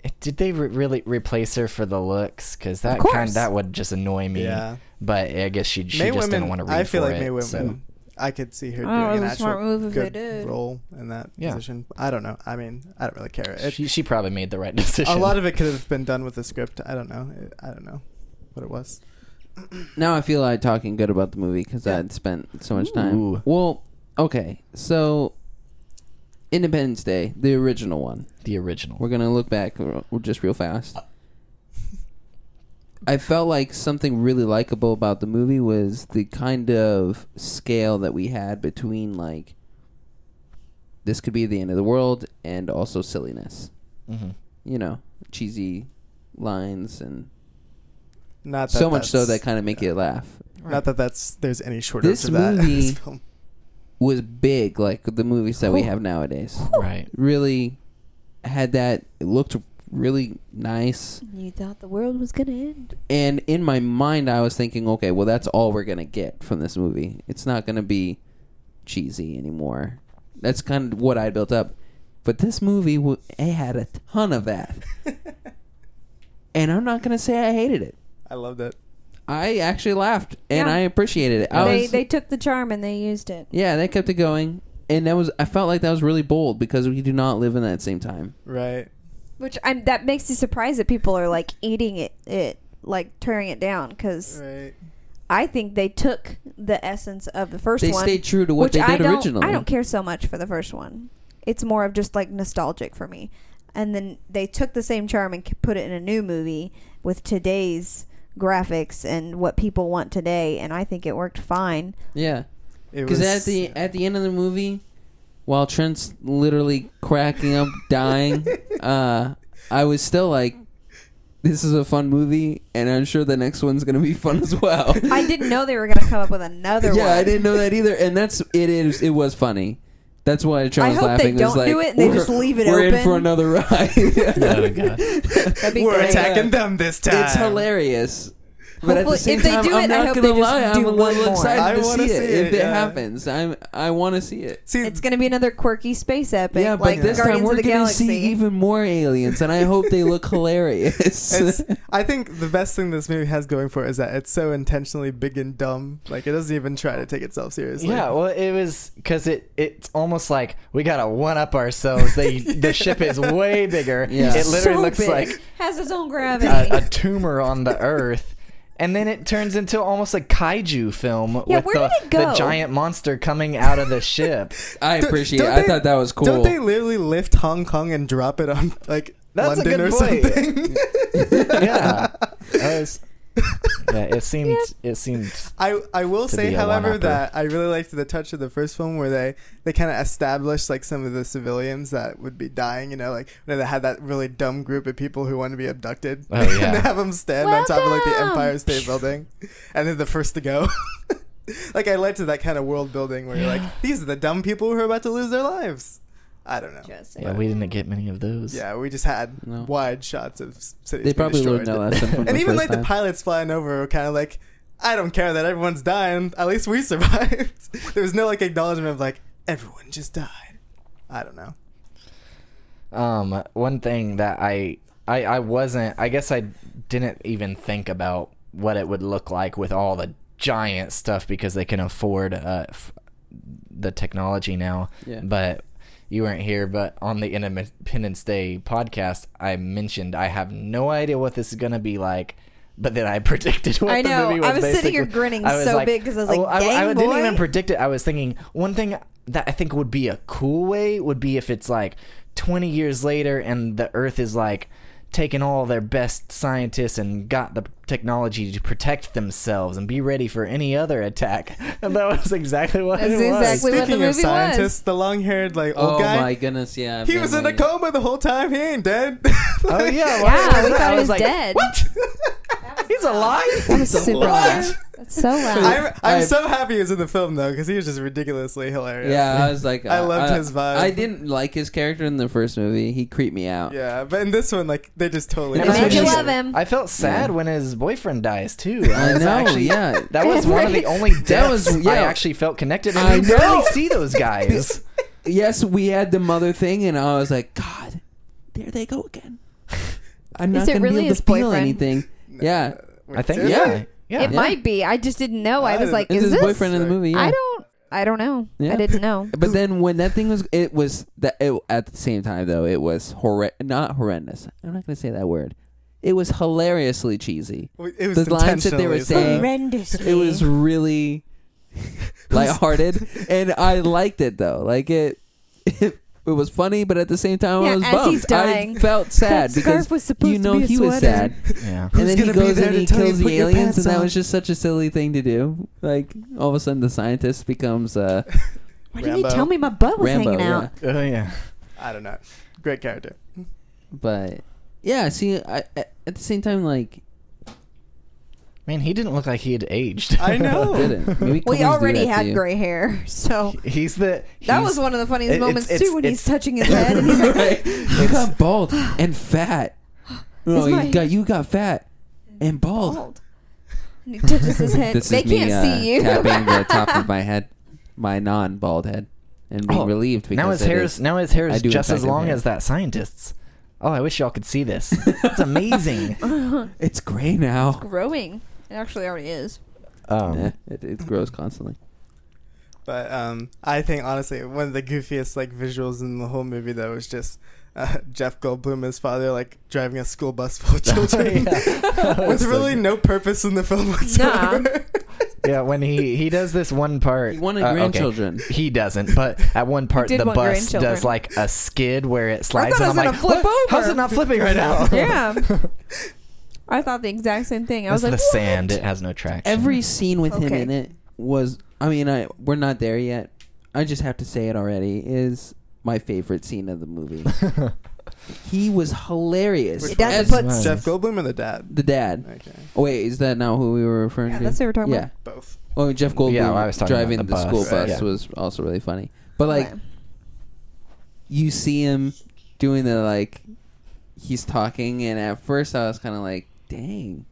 Speaker 1: eh, did they re- really replace her for the looks? Because that
Speaker 4: course.
Speaker 1: kind that would just annoy me.
Speaker 2: yeah,
Speaker 1: But I guess she she
Speaker 2: May
Speaker 1: just didn't
Speaker 2: Women.
Speaker 1: want to read
Speaker 2: I feel
Speaker 1: for
Speaker 2: like
Speaker 1: it.
Speaker 2: May Women.
Speaker 1: So
Speaker 2: I could see her
Speaker 4: I don't know,
Speaker 2: doing
Speaker 4: it
Speaker 2: an
Speaker 4: was a
Speaker 2: actual
Speaker 4: Oh, smart move if they
Speaker 2: good
Speaker 4: did.
Speaker 2: role in that
Speaker 1: Yeah.
Speaker 2: position. I don't know. I mean, I don't really care. It,
Speaker 1: she she probably made the right decision.
Speaker 2: a lot of it could have been done with the script. I don't know. It- I don't know what it was.
Speaker 3: now I feel like talking good about the movie because
Speaker 2: Yeah.
Speaker 3: I'd spent so much time.
Speaker 1: Ooh.
Speaker 3: Well, okay, so Independence Day, the original one.
Speaker 1: the original.
Speaker 3: We're gonna look back r- just real fast. I felt like something really likable about the movie was the kind of scale that we had between like this could be the end of the world and also silliness.
Speaker 1: Mhm.
Speaker 3: You know, cheesy lines and
Speaker 2: Not that
Speaker 3: so much so
Speaker 2: that's-
Speaker 3: that kind of make you laugh.
Speaker 2: Not that that's there's any shortage
Speaker 3: This
Speaker 2: of that. in
Speaker 3: movie-
Speaker 2: this film.
Speaker 3: Was big like the movies that we have nowadays.
Speaker 1: Right.
Speaker 3: Really had that. It looked really nice.
Speaker 4: You thought the world was gonna end.
Speaker 3: and in my mind i was thinking okay well that's all we're gonna get from this movie it's not gonna be cheesy anymore that's kind of what i built up but this movie w- it had a ton of that and i'm not gonna say i hated it
Speaker 2: I loved it.
Speaker 3: i actually laughed and
Speaker 4: Yeah.
Speaker 3: i appreciated it I
Speaker 4: they
Speaker 3: was,
Speaker 4: they took the charm and they used it.
Speaker 3: yeah they kept it going and that was i felt like that was really bold because we do not live in that same time
Speaker 2: Right.
Speaker 4: Which I'm that makes me surprised that people are like eating it, it like tearing it down because
Speaker 2: Right.
Speaker 4: I think they took the essence of the first
Speaker 3: they
Speaker 4: one,
Speaker 3: stayed true to what
Speaker 4: which
Speaker 3: they did
Speaker 4: I don't,
Speaker 3: originally
Speaker 4: I don't care so much for the first one. It's more of just like nostalgic for me. And then they took the same charm and c- put it in a new movie with today's graphics and what people want today, and I think it worked fine.
Speaker 3: yeah
Speaker 2: It
Speaker 3: Because
Speaker 2: was-
Speaker 3: at the at the end of the movie, while Trent's literally cracking up, dying, uh, I was still like, "This is a fun movie, and I'm sure the next one's gonna be fun as well."
Speaker 4: I didn't know they were going to come up with another one.
Speaker 3: yeah, I didn't know that either, and that's it is it was funny. That's why Trent
Speaker 4: I
Speaker 3: was
Speaker 4: hope they
Speaker 3: laughing. It was
Speaker 4: don't
Speaker 3: like,
Speaker 4: do it and they
Speaker 3: "We're-
Speaker 4: just leave it
Speaker 3: We're in
Speaker 4: open."
Speaker 3: for another ride.
Speaker 1: oh god.
Speaker 4: That'd be
Speaker 2: we're
Speaker 4: great.
Speaker 2: attacking them this time.
Speaker 3: It's hilarious. But at the
Speaker 4: Hopefully-
Speaker 3: same
Speaker 4: if they
Speaker 3: time,
Speaker 4: do
Speaker 3: I'm
Speaker 4: it, I
Speaker 3: not
Speaker 4: hope
Speaker 3: gonna
Speaker 4: they just
Speaker 3: lie. I'm
Speaker 4: do
Speaker 3: a
Speaker 4: one
Speaker 3: little
Speaker 4: more.
Speaker 3: excited
Speaker 2: I
Speaker 3: to
Speaker 2: wanna
Speaker 3: see,
Speaker 2: see
Speaker 3: it,
Speaker 2: it,
Speaker 3: if it
Speaker 2: yeah.
Speaker 3: happens. I'm I want to see it.
Speaker 2: See,
Speaker 4: It's going to be another quirky space epic.
Speaker 3: Yeah, but
Speaker 4: like
Speaker 3: this
Speaker 4: Guardians
Speaker 3: time we're
Speaker 4: of the
Speaker 3: gonna
Speaker 4: Galaxy.
Speaker 3: see even more aliens, and I hope they look hilarious.
Speaker 2: It's, I think the best thing this movie has going for it is that it's so intentionally big and dumb. Like it doesn't even try to take itself seriously.
Speaker 1: Yeah, well, it was because it it's almost like we gotta one up ourselves. They the ship is way bigger.
Speaker 3: Yeah.
Speaker 1: It literally
Speaker 4: So
Speaker 1: looks
Speaker 4: big.
Speaker 1: like
Speaker 4: has its own
Speaker 1: a, a
Speaker 4: gravity.
Speaker 1: tumor on the earth. And then it turns into almost a kaiju film
Speaker 4: Yeah,
Speaker 1: with
Speaker 4: where
Speaker 1: the,
Speaker 4: did it
Speaker 1: the
Speaker 4: go?
Speaker 1: giant monster coming out of the ship.
Speaker 3: I
Speaker 2: Don't-
Speaker 3: appreciate. it.
Speaker 2: don't
Speaker 3: I
Speaker 2: they-
Speaker 3: thought that was cool.
Speaker 2: Don't they literally lift Hong Kong and drop it on like
Speaker 1: That's a
Speaker 2: London
Speaker 1: good
Speaker 2: or
Speaker 1: point.
Speaker 2: something?
Speaker 1: yeah. That was- yeah, it seemed it seemed
Speaker 2: I, I will
Speaker 1: To
Speaker 2: say,
Speaker 1: be a
Speaker 2: however,
Speaker 1: one-upper.
Speaker 2: that I really liked the touch of the first film where they, they kind of established like some of the civilians that would be dying. You know, like when they had that really dumb group of people who want to be abducted,
Speaker 1: Oh, yeah.
Speaker 2: and they have them stand on top of like the
Speaker 4: Welcome!
Speaker 2: Empire State Building, and they're the first to go. like I liked that kind of world building where you're like, these are the dumb people who are about to lose their lives. I don't know.
Speaker 4: Just
Speaker 1: yeah, we didn't get many of those.
Speaker 2: Yeah, we just had
Speaker 3: No.
Speaker 2: wide shots of s- cities.
Speaker 3: They
Speaker 2: being
Speaker 3: probably learned
Speaker 2: destroyed.
Speaker 3: their lesson from
Speaker 2: and
Speaker 3: the
Speaker 2: even
Speaker 3: first
Speaker 2: like
Speaker 3: time.
Speaker 2: the pilots flying over were kind of like, I don't care that everyone's dying. At least we survived. there was no like acknowledgement of like everyone just died. I don't know.
Speaker 1: Um, one thing that I, I I wasn't I guess I didn't even think about what it would look like with all the giant stuff because they can afford uh, f- the technology now.
Speaker 3: Yeah.
Speaker 1: But you weren't here, but on the Independence Day podcast, I mentioned I have no idea what this is gonna be like. But then I predicted what
Speaker 4: I know.
Speaker 1: the movie was.
Speaker 4: I was sitting here
Speaker 1: basically.
Speaker 4: grinning
Speaker 1: I was
Speaker 4: so
Speaker 1: like- "Oh,
Speaker 4: big 'cause I was like,
Speaker 1: I, I, I
Speaker 4: "Dang,
Speaker 1: didn't
Speaker 4: boy."
Speaker 1: even predict it. I was thinking one thing that I think would be a cool way would be if it's like 20 years later and the Earth is like taking all their best scientists and got the technology to protect themselves and be ready for any other attack. And that was exactly what
Speaker 4: That's
Speaker 1: it was.
Speaker 4: exactly what the
Speaker 2: Speaking of
Speaker 4: movie was.
Speaker 2: scientists, the long-haired like old
Speaker 3: oh
Speaker 2: guy.
Speaker 3: my goodness, yeah. I've
Speaker 2: He
Speaker 3: been
Speaker 2: was in a
Speaker 3: like-
Speaker 2: coma the whole time. He ain't dead.
Speaker 1: Oh yeah, why
Speaker 4: Yeah, we
Speaker 1: that?
Speaker 4: thought
Speaker 1: I
Speaker 4: he was
Speaker 1: like,
Speaker 4: dead.
Speaker 1: What? He's alive.
Speaker 4: That was super loud. That's so loud.
Speaker 2: I'm, I'm
Speaker 3: I-
Speaker 2: so happy he was in the film though, because he was just ridiculously hilarious.
Speaker 3: Yeah, I was like,
Speaker 2: I
Speaker 3: uh,
Speaker 2: loved
Speaker 3: I-
Speaker 2: his vibe.
Speaker 3: I didn't like his character in the first movie. He creeped me out.
Speaker 2: yeah. But in this one, like they just totally.
Speaker 4: It made you
Speaker 1: Actually,
Speaker 4: love him.
Speaker 1: I felt sad when his boyfriend dies too.
Speaker 3: I
Speaker 1: was
Speaker 3: know,
Speaker 1: Actually,
Speaker 3: yeah.
Speaker 1: that was one of the only deaths
Speaker 3: That was- yeah.
Speaker 1: I actually felt connected. And
Speaker 3: I
Speaker 1: I
Speaker 3: know.
Speaker 1: barely see those guys.
Speaker 3: Yes, we had the mother thing, and I was like, God, there they go again. I'm
Speaker 4: Is
Speaker 3: not
Speaker 4: it
Speaker 3: gonna
Speaker 4: really
Speaker 3: be able
Speaker 4: his
Speaker 3: to feel
Speaker 4: boyfriend?
Speaker 3: anything. yeah,
Speaker 1: I think
Speaker 3: Is
Speaker 1: yeah,
Speaker 3: it?
Speaker 1: yeah.
Speaker 4: It might be. I just didn't know. I
Speaker 2: I
Speaker 4: was like,
Speaker 2: didn't-
Speaker 3: it's
Speaker 4: is
Speaker 3: his
Speaker 4: this?
Speaker 3: boyfriend in the movie. Yeah.
Speaker 4: I don't. I don't know.
Speaker 3: Yeah.
Speaker 4: I didn't know.
Speaker 3: But then when that thing was, it was that it, at the same time though it was horre- not horrendous. I'm not gonna say that word. It was hilariously cheesy.
Speaker 2: It was uh,
Speaker 3: The lines that they were
Speaker 2: intentionally so.
Speaker 3: saying- It was really lighthearted, and I liked it though. Like it, it, it was funny, but at the same time
Speaker 4: Yeah,
Speaker 3: I was
Speaker 4: as
Speaker 3: bummed.
Speaker 4: he's dying.
Speaker 3: I felt sad
Speaker 4: That
Speaker 3: because
Speaker 4: scarf was supposed
Speaker 3: you
Speaker 4: to
Speaker 3: know
Speaker 4: be a
Speaker 3: he was
Speaker 4: sweater.
Speaker 3: sad,
Speaker 1: Yeah.
Speaker 2: Who's
Speaker 3: and then he
Speaker 2: gonna be
Speaker 3: goes
Speaker 2: there
Speaker 3: and
Speaker 2: to
Speaker 3: he
Speaker 2: tell you
Speaker 3: kills
Speaker 2: put
Speaker 3: the
Speaker 2: your
Speaker 3: aliens, and
Speaker 2: pants
Speaker 3: that
Speaker 2: on?
Speaker 3: was just such a silly thing to do. Like all of a sudden the scientist becomes uh,
Speaker 4: Why
Speaker 2: didn't you Rambo. tell me
Speaker 4: my butt
Speaker 3: Rambo. yeah.
Speaker 1: Oh yeah.
Speaker 2: I don't know. Great character.
Speaker 3: But yeah, see, I, I- at the same time, like
Speaker 1: Man, he didn't look like he had aged.
Speaker 2: I know.
Speaker 3: didn't. Maybe
Speaker 4: We
Speaker 3: companies do
Speaker 4: already
Speaker 3: that to
Speaker 4: had
Speaker 3: you.
Speaker 4: gray hair, so
Speaker 1: He's the.
Speaker 4: that
Speaker 1: he's-
Speaker 4: was one of the funniest
Speaker 1: it- it's-
Speaker 4: moments
Speaker 1: it's-
Speaker 4: too when
Speaker 1: it's-
Speaker 4: he's touching his head and he's like,
Speaker 3: right? You got bald and fat. No,
Speaker 4: Is
Speaker 3: you
Speaker 4: my-
Speaker 3: got you got fat and bald.
Speaker 4: "Bald." And he touches his head.
Speaker 3: This
Speaker 4: they
Speaker 3: is me
Speaker 4: can't
Speaker 3: uh,
Speaker 4: see you.
Speaker 3: tapping the top of my head, my non-bald head, and being
Speaker 1: Oh,
Speaker 3: relieved because
Speaker 1: now his
Speaker 3: it
Speaker 1: hair
Speaker 3: is-
Speaker 1: is now his hair
Speaker 3: I
Speaker 1: is
Speaker 3: do in
Speaker 1: just
Speaker 3: fact
Speaker 1: as
Speaker 3: have
Speaker 1: long
Speaker 3: hair.
Speaker 1: as that scientist's. Oh, I wish y'all could see this. It's amazing.
Speaker 3: It's gray now.
Speaker 4: growing. It actually already is.
Speaker 1: um,
Speaker 3: Yeah, it, it grows constantly.
Speaker 2: But um, I think honestly, one of the goofiest like visuals in the whole movie though was just uh, Jeff Goldblum as father like driving a school bus full of
Speaker 3: Oh,
Speaker 2: children with really no purpose in the film whatsoever.
Speaker 1: Yeah, when he he does this one part.
Speaker 3: He wanted
Speaker 1: uh, okay.
Speaker 3: grandchildren.
Speaker 1: He doesn't, but at one part
Speaker 4: did
Speaker 1: the
Speaker 4: want
Speaker 1: bus
Speaker 4: grandchildren.
Speaker 1: does like a skid where it slides,
Speaker 4: thought
Speaker 1: and
Speaker 4: it was
Speaker 1: I'm like,
Speaker 4: gonna flip
Speaker 1: "What?
Speaker 4: over."
Speaker 1: how's it not flipping right now?
Speaker 4: Yeah. I thought the exact same thing. I was
Speaker 1: It's
Speaker 4: like,
Speaker 1: the
Speaker 4: "What?"
Speaker 1: sand. It has no traction.
Speaker 3: Every scene with him
Speaker 4: Okay.
Speaker 3: in it was. I mean, I we're not there yet. I just have to say it already is my favorite scene of the movie. he was hilarious.
Speaker 2: It doesn't
Speaker 3: as
Speaker 4: put-
Speaker 1: Nice.
Speaker 2: Jeff Goldblum or the dad?
Speaker 3: the dad.
Speaker 2: Okay,
Speaker 3: Oh, wait, is that not who we were referring
Speaker 4: Yeah,
Speaker 3: to?
Speaker 4: that's what we're talking
Speaker 3: yeah.
Speaker 4: about.
Speaker 2: both.
Speaker 3: Oh, Jeff Goldblum
Speaker 1: Yeah, I was talking about
Speaker 3: driving
Speaker 1: the
Speaker 3: the,
Speaker 1: bus.
Speaker 3: school
Speaker 2: Right.
Speaker 3: bus
Speaker 1: Yeah.
Speaker 3: was also really funny. But like,
Speaker 4: Right.
Speaker 3: you see him doing the like, he's talking, and at first I was kind of like, dang,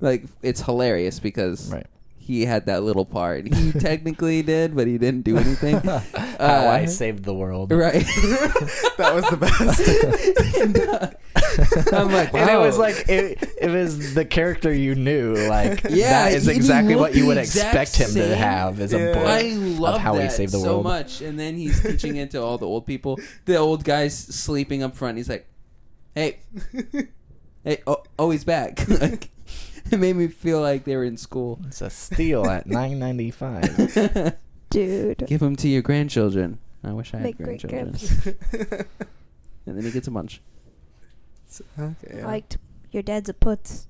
Speaker 3: like it's hilarious because
Speaker 1: Right.
Speaker 3: he had that little part. He technically did, but he didn't do anything.
Speaker 1: How
Speaker 3: Uh,
Speaker 1: I saved the world.
Speaker 3: Right.
Speaker 2: That was the best.
Speaker 3: And, uh, I'm like,
Speaker 1: And it was
Speaker 3: wow.
Speaker 1: like it, it was the character you knew. Like
Speaker 3: Yeah,
Speaker 1: that is
Speaker 3: he
Speaker 1: exactly
Speaker 3: looked
Speaker 1: what you
Speaker 3: the
Speaker 1: would
Speaker 3: exact
Speaker 1: expect him to
Speaker 3: same.
Speaker 1: have as
Speaker 2: Yeah.
Speaker 1: a book
Speaker 3: I
Speaker 1: of
Speaker 3: love
Speaker 1: how
Speaker 3: that
Speaker 1: he saved the
Speaker 3: so
Speaker 1: world.
Speaker 3: much. And then he's teaching it to all the old people. The old guy's sleeping up front. He's like, "Hey, hey, oh, oh he's back." like, it made me feel like they were in school.
Speaker 1: It's a steal at nine ninety five.
Speaker 4: dude.
Speaker 3: Give them to your grandchildren. I wish I had
Speaker 4: Make great
Speaker 3: grandchildren. And then he gets a bunch.
Speaker 2: okay.
Speaker 4: Liked your dad's a putz.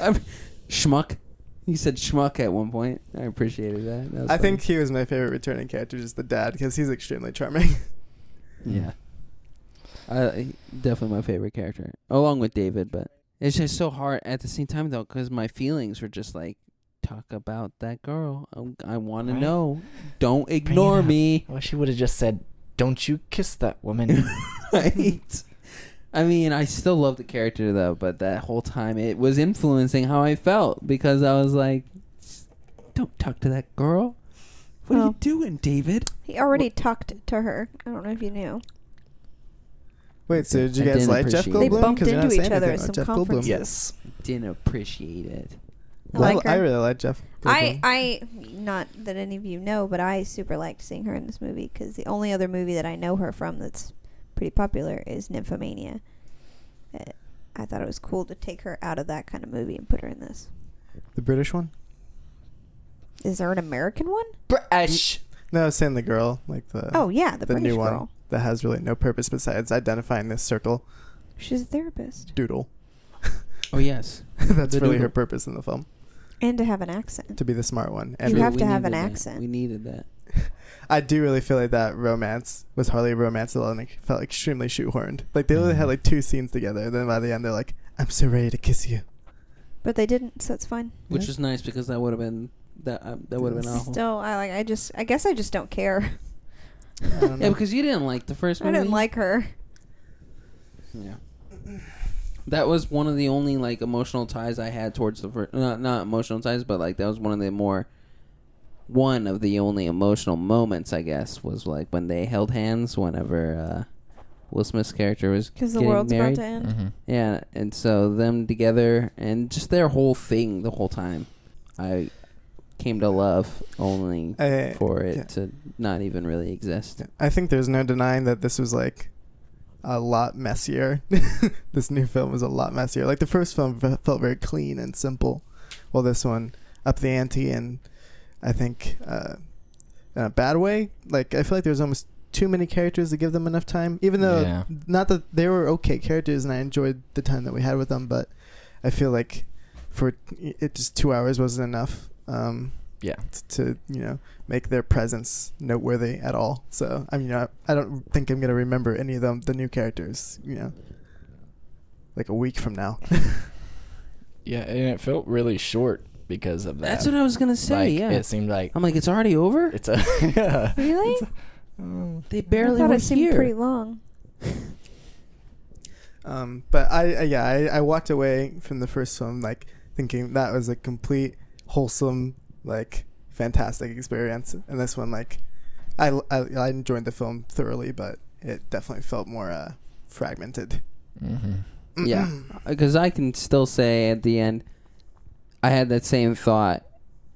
Speaker 3: I'm, schmuck. He said schmuck at one point. I appreciated that. that was
Speaker 2: I
Speaker 3: funny.
Speaker 2: think he was my favorite returning character, just the dad, because he's extremely charming.
Speaker 3: Yeah. Mm-hmm. I definitely my favorite character, along with David. But it's just so hard at the same time though, because my feelings were just like, talk about that girl. I, I want to
Speaker 1: Right.
Speaker 3: know. Don't ignore
Speaker 1: up.
Speaker 3: me.
Speaker 1: I wish he would have just said, "Don't you kiss that woman."
Speaker 3: right. I mean, I still love the character though, but that whole time it was influencing how I felt because I was like, don't talk to that girl. What are
Speaker 4: Oh.
Speaker 3: you doing, David?
Speaker 4: He already talked to her. I don't know if you knew.
Speaker 2: Wait, so did you
Speaker 3: I
Speaker 2: guys
Speaker 3: didn't
Speaker 2: like Jeff
Speaker 3: appreciate it. They
Speaker 2: Goldblum?
Speaker 4: bumped
Speaker 2: 'Cause you're not
Speaker 4: into
Speaker 2: saying
Speaker 4: each other at
Speaker 2: anything
Speaker 4: some
Speaker 2: about Jeff Goldblum.
Speaker 4: conferences.
Speaker 1: yes.
Speaker 3: Didn't appreciate it.
Speaker 4: I
Speaker 2: Well,
Speaker 4: like her.
Speaker 2: I really like Jeff.
Speaker 4: I,
Speaker 2: Goldblum.
Speaker 4: I, not that any of you know, but I super liked seeing her in this movie because the only other movie that I know her from that's pretty popular is Nymphomania. Uh, I thought it was cool to take her out of that kind of movie and put her in this.
Speaker 2: the British one.
Speaker 4: Is there an American one?
Speaker 1: British.
Speaker 2: No, I was saying the girl, like the
Speaker 4: Oh yeah, the,
Speaker 2: Uh, the
Speaker 4: British
Speaker 2: new
Speaker 4: girl.
Speaker 2: one that has really no purpose besides identifying this circle
Speaker 4: She's a therapist
Speaker 2: doodle.
Speaker 3: Oh yes,
Speaker 2: That's
Speaker 3: The
Speaker 2: really
Speaker 3: doodle.
Speaker 2: her purpose in the film
Speaker 4: and to have an accent.
Speaker 2: to be the smart one.
Speaker 4: You
Speaker 2: And
Speaker 4: have
Speaker 3: We
Speaker 4: to have an
Speaker 3: needed that.
Speaker 4: accent.
Speaker 3: We needed that.
Speaker 2: I do really feel like that romance was hardly a romance at all, and it felt extremely shoehorned. Like they only had
Speaker 4: Mm.
Speaker 2: like two scenes together, and then by the end they're like, "I'm so ready to kiss you."
Speaker 4: But they didn't, so it's fine.
Speaker 3: which
Speaker 2: Yeah.
Speaker 3: was nice because that would have been that um, that would have been
Speaker 2: Yes.
Speaker 3: awful.
Speaker 4: Still, I like. I just, I guess, I just don't care.
Speaker 2: I don't
Speaker 3: Yeah,
Speaker 2: know.
Speaker 3: because you didn't like the first
Speaker 4: I
Speaker 3: movie.
Speaker 4: didn't like her.
Speaker 3: Yeah. That was one of the only like emotional ties I had towards the first. Not, not emotional ties, but like that was one of the more. One of the only emotional moments, I guess, was like when they held hands. Whenever uh, Will Smith's character was
Speaker 4: Because the
Speaker 3: getting
Speaker 4: world's
Speaker 3: married.
Speaker 4: about to end.
Speaker 3: Mm.
Speaker 1: Mm-hmm.
Speaker 3: Yeah, and so them together and just their whole thing the whole time. I came to love only
Speaker 2: I-
Speaker 3: for it
Speaker 2: yeah.
Speaker 3: to not even really exist.
Speaker 2: I think there's no denying that this was like a lot messier. this new film was a lot messier. Like the first film fe- felt very clean and simple, while this one up the ante and I think uh, in a bad way. Like I feel like there's almost too many characters to give them enough time. Even though
Speaker 1: Yeah.
Speaker 2: not that they were okay characters and I enjoyed the time that we had with them, but I feel like for it just two hours wasn't enough. Um,
Speaker 1: Yeah.
Speaker 2: t- to you know make their presence noteworthy at all. So I mean, you know, I, I don't think I'm gonna remember any of them, the new characters. You know, like a week from now.
Speaker 3: Mm-hmm.
Speaker 1: Yeah, and it felt really short because of that.
Speaker 3: That's what I was gonna say.
Speaker 1: Like,
Speaker 3: yeah,
Speaker 1: It seemed like
Speaker 3: I'm like, it's already over.
Speaker 1: it's a. yeah.
Speaker 4: Really?
Speaker 1: It's a- mm.
Speaker 3: they
Speaker 4: I
Speaker 3: barely
Speaker 4: thought
Speaker 3: were
Speaker 4: it seemed
Speaker 3: here.
Speaker 4: pretty long.
Speaker 2: Um, but I, I yeah, I, I walked away from the first film like thinking that was a complete wholesome, like fantastic experience, and this one like I I, I enjoyed the film thoroughly, but it definitely felt more uh, fragmented.
Speaker 1: Mhm.
Speaker 3: Yeah, because I can still say at the end, I had that same thought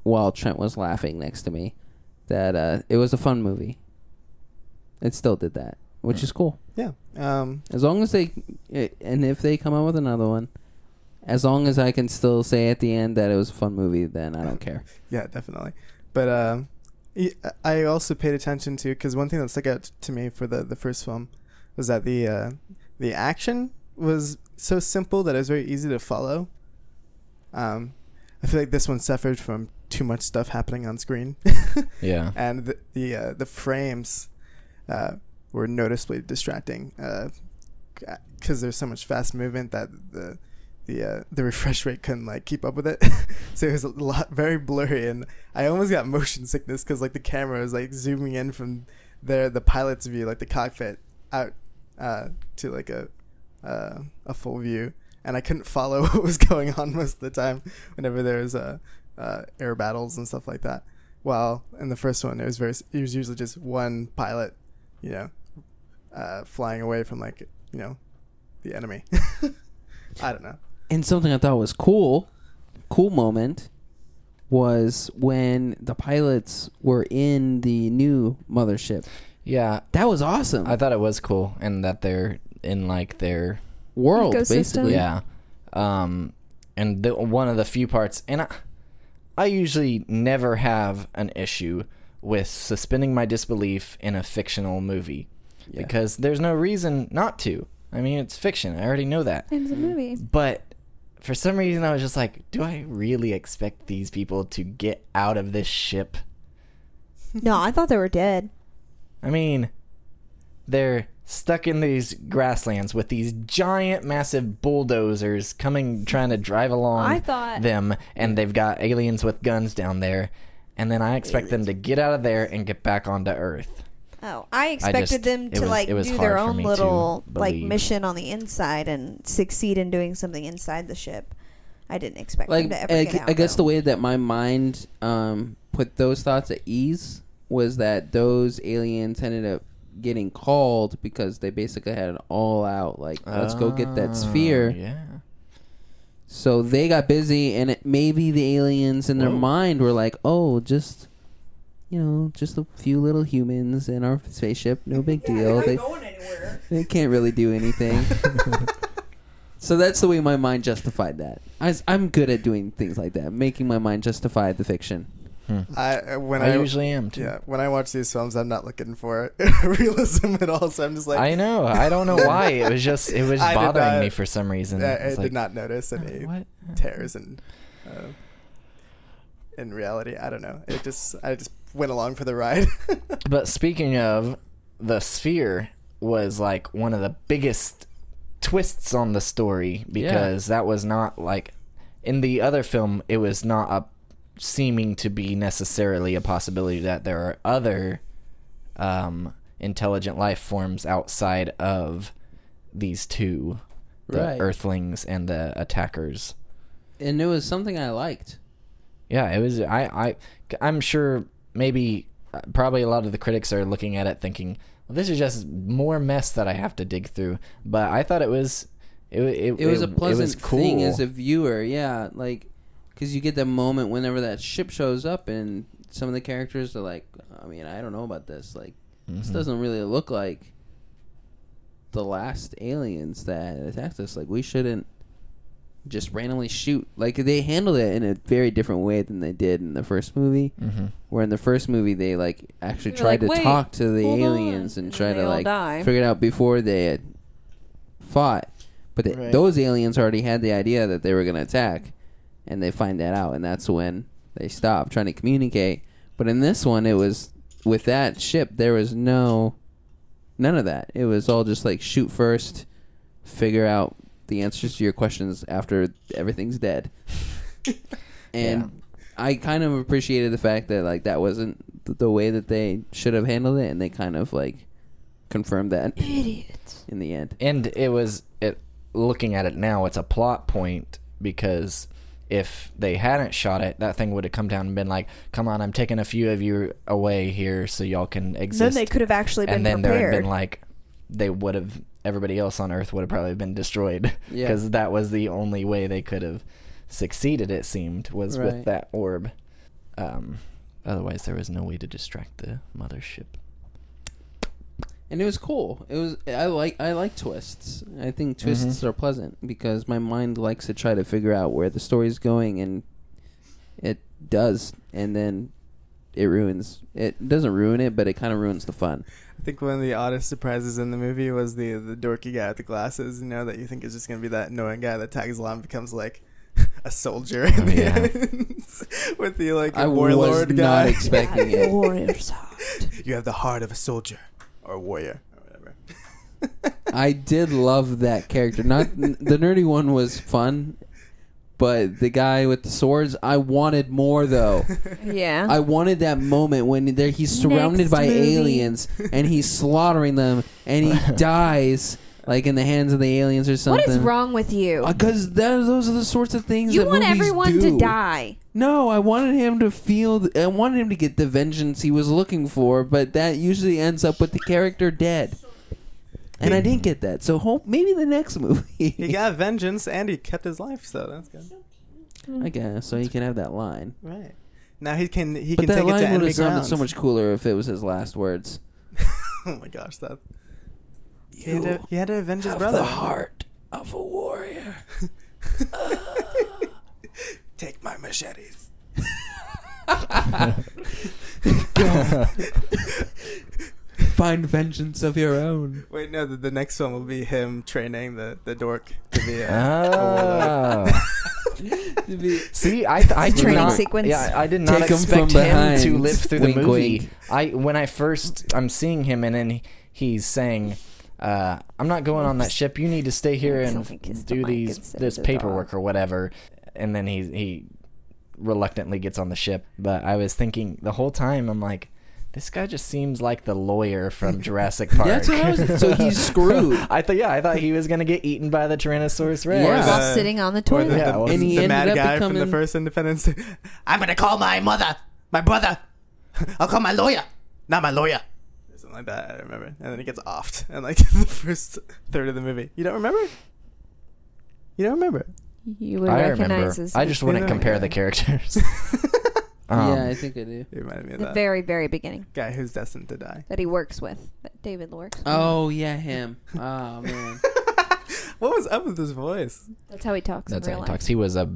Speaker 3: while Trent was laughing next to me that uh, it was a fun movie. It still did that, which
Speaker 1: Mm.
Speaker 3: is cool.
Speaker 2: Yeah. Um,
Speaker 3: As long as they, eh, and if they come out with another one, as long as I can still say at the end that it was a fun movie, then I don't care.
Speaker 2: Yeah, definitely. But um, y- I also paid attention to because one thing that stuck out to me for the the first film was that the uh, the action was so simple that it was very easy to follow. Um, I feel like this one suffered from too much stuff happening on screen,
Speaker 1: Yeah.
Speaker 2: and the the, uh, the frames uh, were noticeably distracting uh, because there's so much fast movement that the the uh, the refresh rate couldn't like keep up with it. so it was a lot very blurry, and I almost got motion sickness because like the camera was like zooming in from there the pilot's view, like the cockpit, out uh, to like a uh, a full view, and I couldn't follow what was going on most of the time. Whenever there was uh, uh, air battles and stuff like that. While in the first one, it was very it was usually just one pilot, you know, uh, flying away from like you know the enemy. I don't know.
Speaker 3: And something I thought was cool, cool moment, was when the pilots were in the new mothership.
Speaker 1: Yeah.
Speaker 3: That was awesome.
Speaker 1: I thought it was cool, and that they're in like their
Speaker 3: World,
Speaker 4: Ecosystem.
Speaker 3: basically.
Speaker 1: yeah, um, and the, one of the few parts, and I, I usually never have an issue with suspending my disbelief in a fictional movie
Speaker 3: Yeah.
Speaker 1: because there's no reason not to. I mean, it's fiction. I already know that.
Speaker 4: It's a movie.
Speaker 1: But for some reason, I was just like, do I really expect these people to get out of this ship?
Speaker 4: No, I thought they were dead.
Speaker 1: I mean, they're stuck in these grasslands with these giant, massive bulldozers coming, trying to drive along
Speaker 4: I thought-
Speaker 1: them, and they've got aliens with guns down there. And then I expect them to get out of there and get back onto Earth.
Speaker 4: Oh, I expected
Speaker 1: just-
Speaker 4: them
Speaker 1: it
Speaker 4: to
Speaker 1: was-
Speaker 4: like
Speaker 1: it was
Speaker 4: do
Speaker 1: hard
Speaker 4: their
Speaker 1: for
Speaker 4: own
Speaker 1: me to
Speaker 4: little like
Speaker 1: believe.
Speaker 4: mission on the inside and succeed in doing something inside the ship. I didn't expect
Speaker 3: Like,
Speaker 4: them to ever
Speaker 3: I,
Speaker 4: get out.
Speaker 3: I guess
Speaker 4: though.
Speaker 3: the way that my mind um, put those thoughts at ease was that those aliens ended up getting called
Speaker 1: Oh,
Speaker 3: because they basically had it all out. Like, let's go get that sphere.
Speaker 1: Yeah.
Speaker 3: So they got busy, and it, maybe the aliens in their
Speaker 1: Whoa.
Speaker 3: mind were like, "Oh, just." You know, just a few little humans in our spaceship, no big deal. They, they can't really do anything. so that's the way my mind justified that. I was, I'm good at doing things like that, making my mind justify the fiction.
Speaker 2: I uh, when
Speaker 1: I,
Speaker 2: I,
Speaker 1: usually am too.
Speaker 2: yeah when I watch these films, I'm not looking for realism at all. So I'm just like
Speaker 1: I know. I don't know why. It was just it was
Speaker 2: I did
Speaker 1: bothering
Speaker 2: not-
Speaker 1: me for some reason.
Speaker 2: I, I
Speaker 1: It's like,
Speaker 2: did not notice any
Speaker 1: "Oh, what?
Speaker 2: tears and uh, in reality, I don't know. It just I just went along for the ride.
Speaker 1: But speaking of, the sphere was like one of the biggest twists on the story because that was not like in the other film it was not a seeming to be necessarily a possibility that there are other um intelligent life forms outside of these two the
Speaker 3: Right.
Speaker 1: earthlings and the attackers
Speaker 3: And it was something I liked.
Speaker 1: yeah, it was. I, I, I'm sure maybe uh, probably a lot of the critics are looking at it thinking, well, this is just more mess that I have to dig through. But I thought it was, it, it,
Speaker 3: It was a
Speaker 1: was
Speaker 3: pleasant
Speaker 1: cool.
Speaker 3: thing as a viewer, yeah. Like, because you get that moment whenever that ship shows up, and some of the characters are like, I mean, I don't know about this. Like,
Speaker 1: Mm-hmm.
Speaker 3: this doesn't really look like the last aliens that attacked us. Like, we shouldn't just randomly shoot. Like, they handled it in a very different way than they did in the first movie.
Speaker 1: Mhm.
Speaker 3: Where in the first movie they like actually
Speaker 4: You're
Speaker 3: tried
Speaker 4: like,
Speaker 3: to
Speaker 4: "Wait,
Speaker 3: talk to the
Speaker 4: hold
Speaker 3: aliens
Speaker 4: on,"
Speaker 3: and
Speaker 4: and
Speaker 3: try
Speaker 4: they
Speaker 3: to
Speaker 4: all
Speaker 3: like
Speaker 4: die.
Speaker 3: figure it out before they had fought. But they,
Speaker 1: Right.
Speaker 3: those aliens already had the idea that they were going to attack, and they find that out, and that's when they stop trying to communicate. But in this one, it was with that ship. There was no, none of that. It was all just like shoot first, figure out the answers to your questions after everything's dead. and I kind of appreciated the fact that like that wasn't th- the way that they should have handled it, and they kind of like confirmed that
Speaker 4: Idiots.
Speaker 3: in the end.
Speaker 1: and it was it looking at it now it's a plot point because if they hadn't shot it that thing would have come down and been like come on i'm taking a few of you away here so y'all can
Speaker 4: Then
Speaker 1: exist
Speaker 4: they could have actually been
Speaker 1: and then there
Speaker 4: prepared.
Speaker 1: had been like they would have everybody else on earth would have probably been destroyed
Speaker 3: Yeah.
Speaker 1: because that was the only way they could have succeeded it seemed was
Speaker 3: Right.
Speaker 1: with that orb um, otherwise there was no way to distract the mothership
Speaker 3: and it was cool. It was I like I like twists. I think twists are pleasant because my mind likes to try to figure out where the story's going, and it does, and then it ruins. It doesn't ruin it, but it kind of ruins the fun.
Speaker 2: I think one of the oddest surprises in the movie was the the dorky guy with the glasses. You know that you think is just gonna be that annoying guy that tags along and becomes like a soldier in the
Speaker 1: yeah.
Speaker 2: end. with the like
Speaker 3: I
Speaker 2: warlord
Speaker 3: was
Speaker 2: guy.
Speaker 3: not expecting it.
Speaker 4: Warriors heart.
Speaker 2: you have the heart of a soldier or warrior or whatever.
Speaker 3: I did love that character. Not the nerdy one was fun, but the guy with the swords, I wanted more though.
Speaker 4: Yeah.
Speaker 3: I wanted that moment when there he's surrounded
Speaker 4: Next
Speaker 3: by
Speaker 4: movie.
Speaker 3: aliens and he's slaughtering them and he dies like in the hands of the aliens or something.
Speaker 4: what is wrong with you?
Speaker 3: Because those are the sorts of things
Speaker 4: You
Speaker 3: that
Speaker 4: want
Speaker 3: movies
Speaker 4: everyone to
Speaker 3: do.
Speaker 4: die.
Speaker 3: No, I wanted him to feel. th- I wanted him to get the vengeance he was looking for, but that usually ends up with the character dead. And I didn't get that, so hope maybe the next movie.
Speaker 2: He got vengeance and he kept his life, so that's good.
Speaker 3: I guess so. He can have that line.
Speaker 2: Right. Now he can he can
Speaker 3: But that
Speaker 2: take it to
Speaker 3: line would
Speaker 2: enemy
Speaker 3: have sounded
Speaker 2: ground.
Speaker 3: so much cooler if it was his last words.
Speaker 2: oh my gosh, that he
Speaker 3: You
Speaker 2: had, to, he had to avenge his
Speaker 3: have
Speaker 2: brother.
Speaker 3: the heart of a warrior.
Speaker 2: Take my machetes.
Speaker 3: Find vengeance of your own.
Speaker 2: Wait, no, the, the next one will be him training the, the dork to be
Speaker 3: Ah.
Speaker 2: a,
Speaker 1: oh. see i, th- I did
Speaker 4: Training
Speaker 1: not,
Speaker 4: sequence.
Speaker 1: yeah i did not
Speaker 3: Take 'em from
Speaker 1: expect him to
Speaker 3: behind.
Speaker 1: live through the
Speaker 3: Wink,
Speaker 1: movie
Speaker 3: wink.
Speaker 1: i when i first i'm seeing him and then he- he's saying uh, I'm not going on that ship. You need to stay here
Speaker 4: Someone kiss
Speaker 1: and
Speaker 4: the
Speaker 1: do
Speaker 4: mic
Speaker 1: these
Speaker 4: instead of
Speaker 1: this
Speaker 4: the
Speaker 1: paperwork
Speaker 4: dog.
Speaker 1: or whatever. And then he he reluctantly gets on the ship. But I was thinking the whole time, I'm like, this guy just seems like the lawyer from Jurassic Park.
Speaker 3: That's what I was. So he's screwed.
Speaker 1: I thought, yeah, I thought he was gonna get eaten by the Tyrannosaurus Rex.
Speaker 3: Yeah.
Speaker 4: While
Speaker 2: Uh,
Speaker 4: sitting on the
Speaker 2: or the,
Speaker 4: toilet.
Speaker 1: Yeah,
Speaker 2: the,
Speaker 1: well-
Speaker 2: the,
Speaker 1: And
Speaker 3: he ended
Speaker 2: mad
Speaker 3: up
Speaker 2: guy from
Speaker 3: becoming-
Speaker 2: the first Independence. Day. I'm gonna call my mother, my brother. I'll call my lawyer, not my lawyer. Or Something like that. I don't remember. And then he gets offed, and like the first third of the movie, you don't remember. You don't remember.
Speaker 4: you would
Speaker 1: I
Speaker 4: recognize
Speaker 1: remember.
Speaker 4: as
Speaker 1: I just
Speaker 2: Yeah,
Speaker 1: wouldn't
Speaker 2: yeah.
Speaker 1: compare the characters. Um,
Speaker 3: yeah, I think I do.
Speaker 2: It reminded me of
Speaker 4: the
Speaker 2: that
Speaker 4: very, very beginning
Speaker 2: guy who's destined to die.
Speaker 4: that he works with, that David works. with.
Speaker 3: Oh yeah, him. Oh man.
Speaker 2: What was up with his voice?
Speaker 4: that's how he talks.
Speaker 1: That's
Speaker 4: in
Speaker 1: how
Speaker 4: real
Speaker 1: he
Speaker 4: life.
Speaker 1: talks. He was a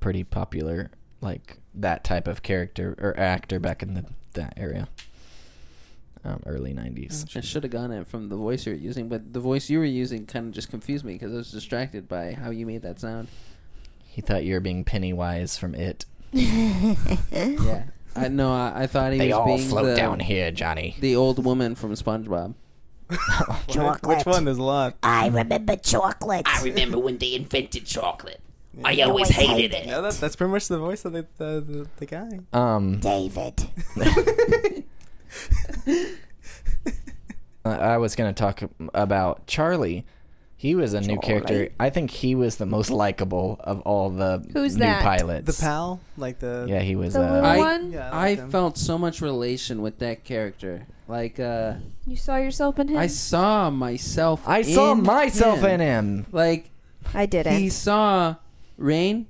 Speaker 1: pretty popular, like that type of character or actor back in the that area, um, early '90s.
Speaker 3: I should have gone it from the voice you were using, but the voice you were using kind of just confused me because I was distracted by how you made that sound.
Speaker 1: He thought you were being Pennywise from It.
Speaker 3: Yeah, I know. I, I thought he
Speaker 1: They
Speaker 3: was
Speaker 1: all
Speaker 3: being
Speaker 1: float
Speaker 3: the,
Speaker 1: down here, Johnny.
Speaker 3: the old woman from SpongeBob.
Speaker 2: Chocolate. Which one? There's a lot.
Speaker 6: I remember chocolate.
Speaker 7: I remember when they invented chocolate. I always hated it.
Speaker 2: No, that, that's pretty much the voice of the the, the, the guy.
Speaker 1: Um,
Speaker 6: David.
Speaker 1: I I was gonna talk about Charlie. He was a new character.
Speaker 4: Charlie.
Speaker 1: I think he was the most likable of all the
Speaker 4: Who's
Speaker 1: new
Speaker 4: that?
Speaker 2: The
Speaker 1: pilots.
Speaker 2: pal, like the
Speaker 1: Yeah, he was.
Speaker 4: The little
Speaker 1: Uh,
Speaker 3: I-
Speaker 4: one
Speaker 2: Yeah,
Speaker 3: I
Speaker 2: like him.
Speaker 3: felt so much relation with that character. Like uh,
Speaker 4: you saw yourself in him.
Speaker 3: I saw myself.
Speaker 1: I saw
Speaker 3: in
Speaker 1: myself in
Speaker 3: him.
Speaker 1: him.
Speaker 3: Like
Speaker 4: I didn't.
Speaker 3: he saw Rain,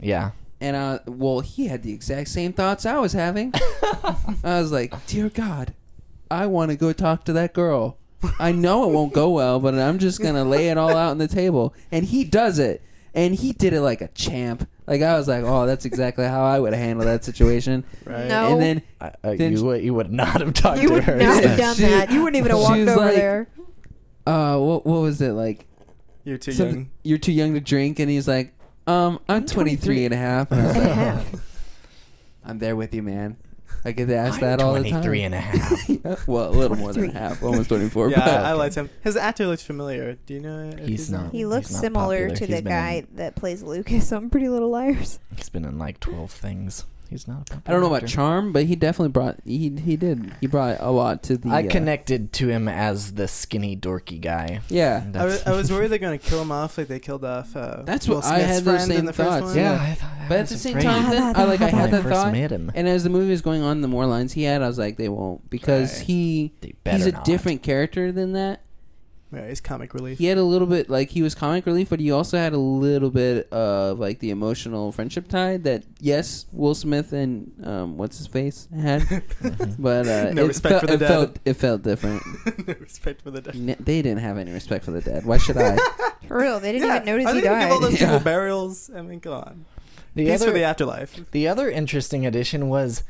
Speaker 1: Yeah.
Speaker 3: and uh, well, he had the exact same thoughts I was having. I was like, dear God, I want to go talk to that girl. I know it won't go well, but I'm just gonna lay it all out on the table. And he does it, and he did it like a champ. Like I was like, oh, that's exactly how I would handle that situation.
Speaker 2: Right.
Speaker 4: No.
Speaker 3: And then
Speaker 1: I, uh,
Speaker 3: Then
Speaker 1: you
Speaker 3: she-
Speaker 1: would you would not have talked
Speaker 4: you
Speaker 1: to
Speaker 4: would
Speaker 1: her.
Speaker 4: not
Speaker 3: Yeah,
Speaker 4: have done
Speaker 3: she-
Speaker 4: that. You wouldn't even have
Speaker 3: she
Speaker 4: walked
Speaker 3: was
Speaker 4: over
Speaker 3: like-
Speaker 4: there.
Speaker 3: uh, what what was it like?
Speaker 2: You're too
Speaker 3: Something-
Speaker 2: young.
Speaker 3: You're too young to drink, and he's like, um, I'm 23 and a half. And I was
Speaker 4: And a
Speaker 3: like,
Speaker 4: half.
Speaker 3: I'm there with you, man. I get to ask
Speaker 1: I'm
Speaker 3: that all the time.
Speaker 1: 23 and a half.
Speaker 3: Yeah, well, a little more than
Speaker 4: 23.
Speaker 3: half, almost 24.
Speaker 2: Yeah,
Speaker 3: but
Speaker 2: I, I liked him. His actor looks familiar. Do you know? if
Speaker 1: He's not.
Speaker 4: He
Speaker 1: He's
Speaker 4: looks
Speaker 1: not
Speaker 4: similar
Speaker 1: popular.
Speaker 4: to
Speaker 1: He's
Speaker 4: the
Speaker 1: been
Speaker 4: guy
Speaker 1: in-
Speaker 4: that plays Lucas on Pretty Little Liars.
Speaker 1: He's been in like 12 things. He's not. a
Speaker 3: I don't know
Speaker 1: popular
Speaker 3: about
Speaker 1: actor.
Speaker 3: charm, but he definitely brought he he did he brought a lot to the.
Speaker 1: I
Speaker 3: uh,
Speaker 1: connected to him as the skinny dorky guy.
Speaker 3: Yeah,
Speaker 2: I was, I was worried they're gonna kill him off, like they killed off. Uh,
Speaker 3: That's
Speaker 2: Will
Speaker 3: what- I
Speaker 2: Smith's
Speaker 3: had those
Speaker 2: friend in
Speaker 3: same
Speaker 2: the first
Speaker 3: thoughts,
Speaker 2: one.
Speaker 3: yeah.
Speaker 1: yeah, I, th- I
Speaker 3: but at
Speaker 1: was
Speaker 3: the same
Speaker 1: afraid.
Speaker 3: time, then, I like I
Speaker 1: when
Speaker 3: had
Speaker 1: I
Speaker 3: that
Speaker 1: first
Speaker 3: thought,
Speaker 1: met him.
Speaker 3: and as the movie was going on, the more lines he had, I was like, they won't because
Speaker 2: Right.
Speaker 3: he
Speaker 1: They
Speaker 3: he's
Speaker 1: better
Speaker 3: a
Speaker 1: not.
Speaker 3: different character than that.
Speaker 2: Right, he's comic relief.
Speaker 3: He had a little bit like he was comic relief, but he also had a little bit of like the emotional friendship tie that yes, Will Smith and um, what's his face had, but uh,
Speaker 2: No
Speaker 3: it
Speaker 2: respect
Speaker 3: felt-
Speaker 2: for the
Speaker 3: it
Speaker 2: dead.
Speaker 3: felt it felt different.
Speaker 2: no respect for the dead.
Speaker 3: N- they didn't have any respect for the dead. Why should I?
Speaker 4: For real, they didn't
Speaker 2: Yeah,
Speaker 4: even notice
Speaker 2: are
Speaker 4: he
Speaker 2: they gonna Give all
Speaker 4: died.
Speaker 2: those
Speaker 3: Yeah.
Speaker 2: people burials. I mean, come on.
Speaker 1: The
Speaker 2: Peace
Speaker 1: other,
Speaker 2: for the afterlife.
Speaker 1: the other interesting addition was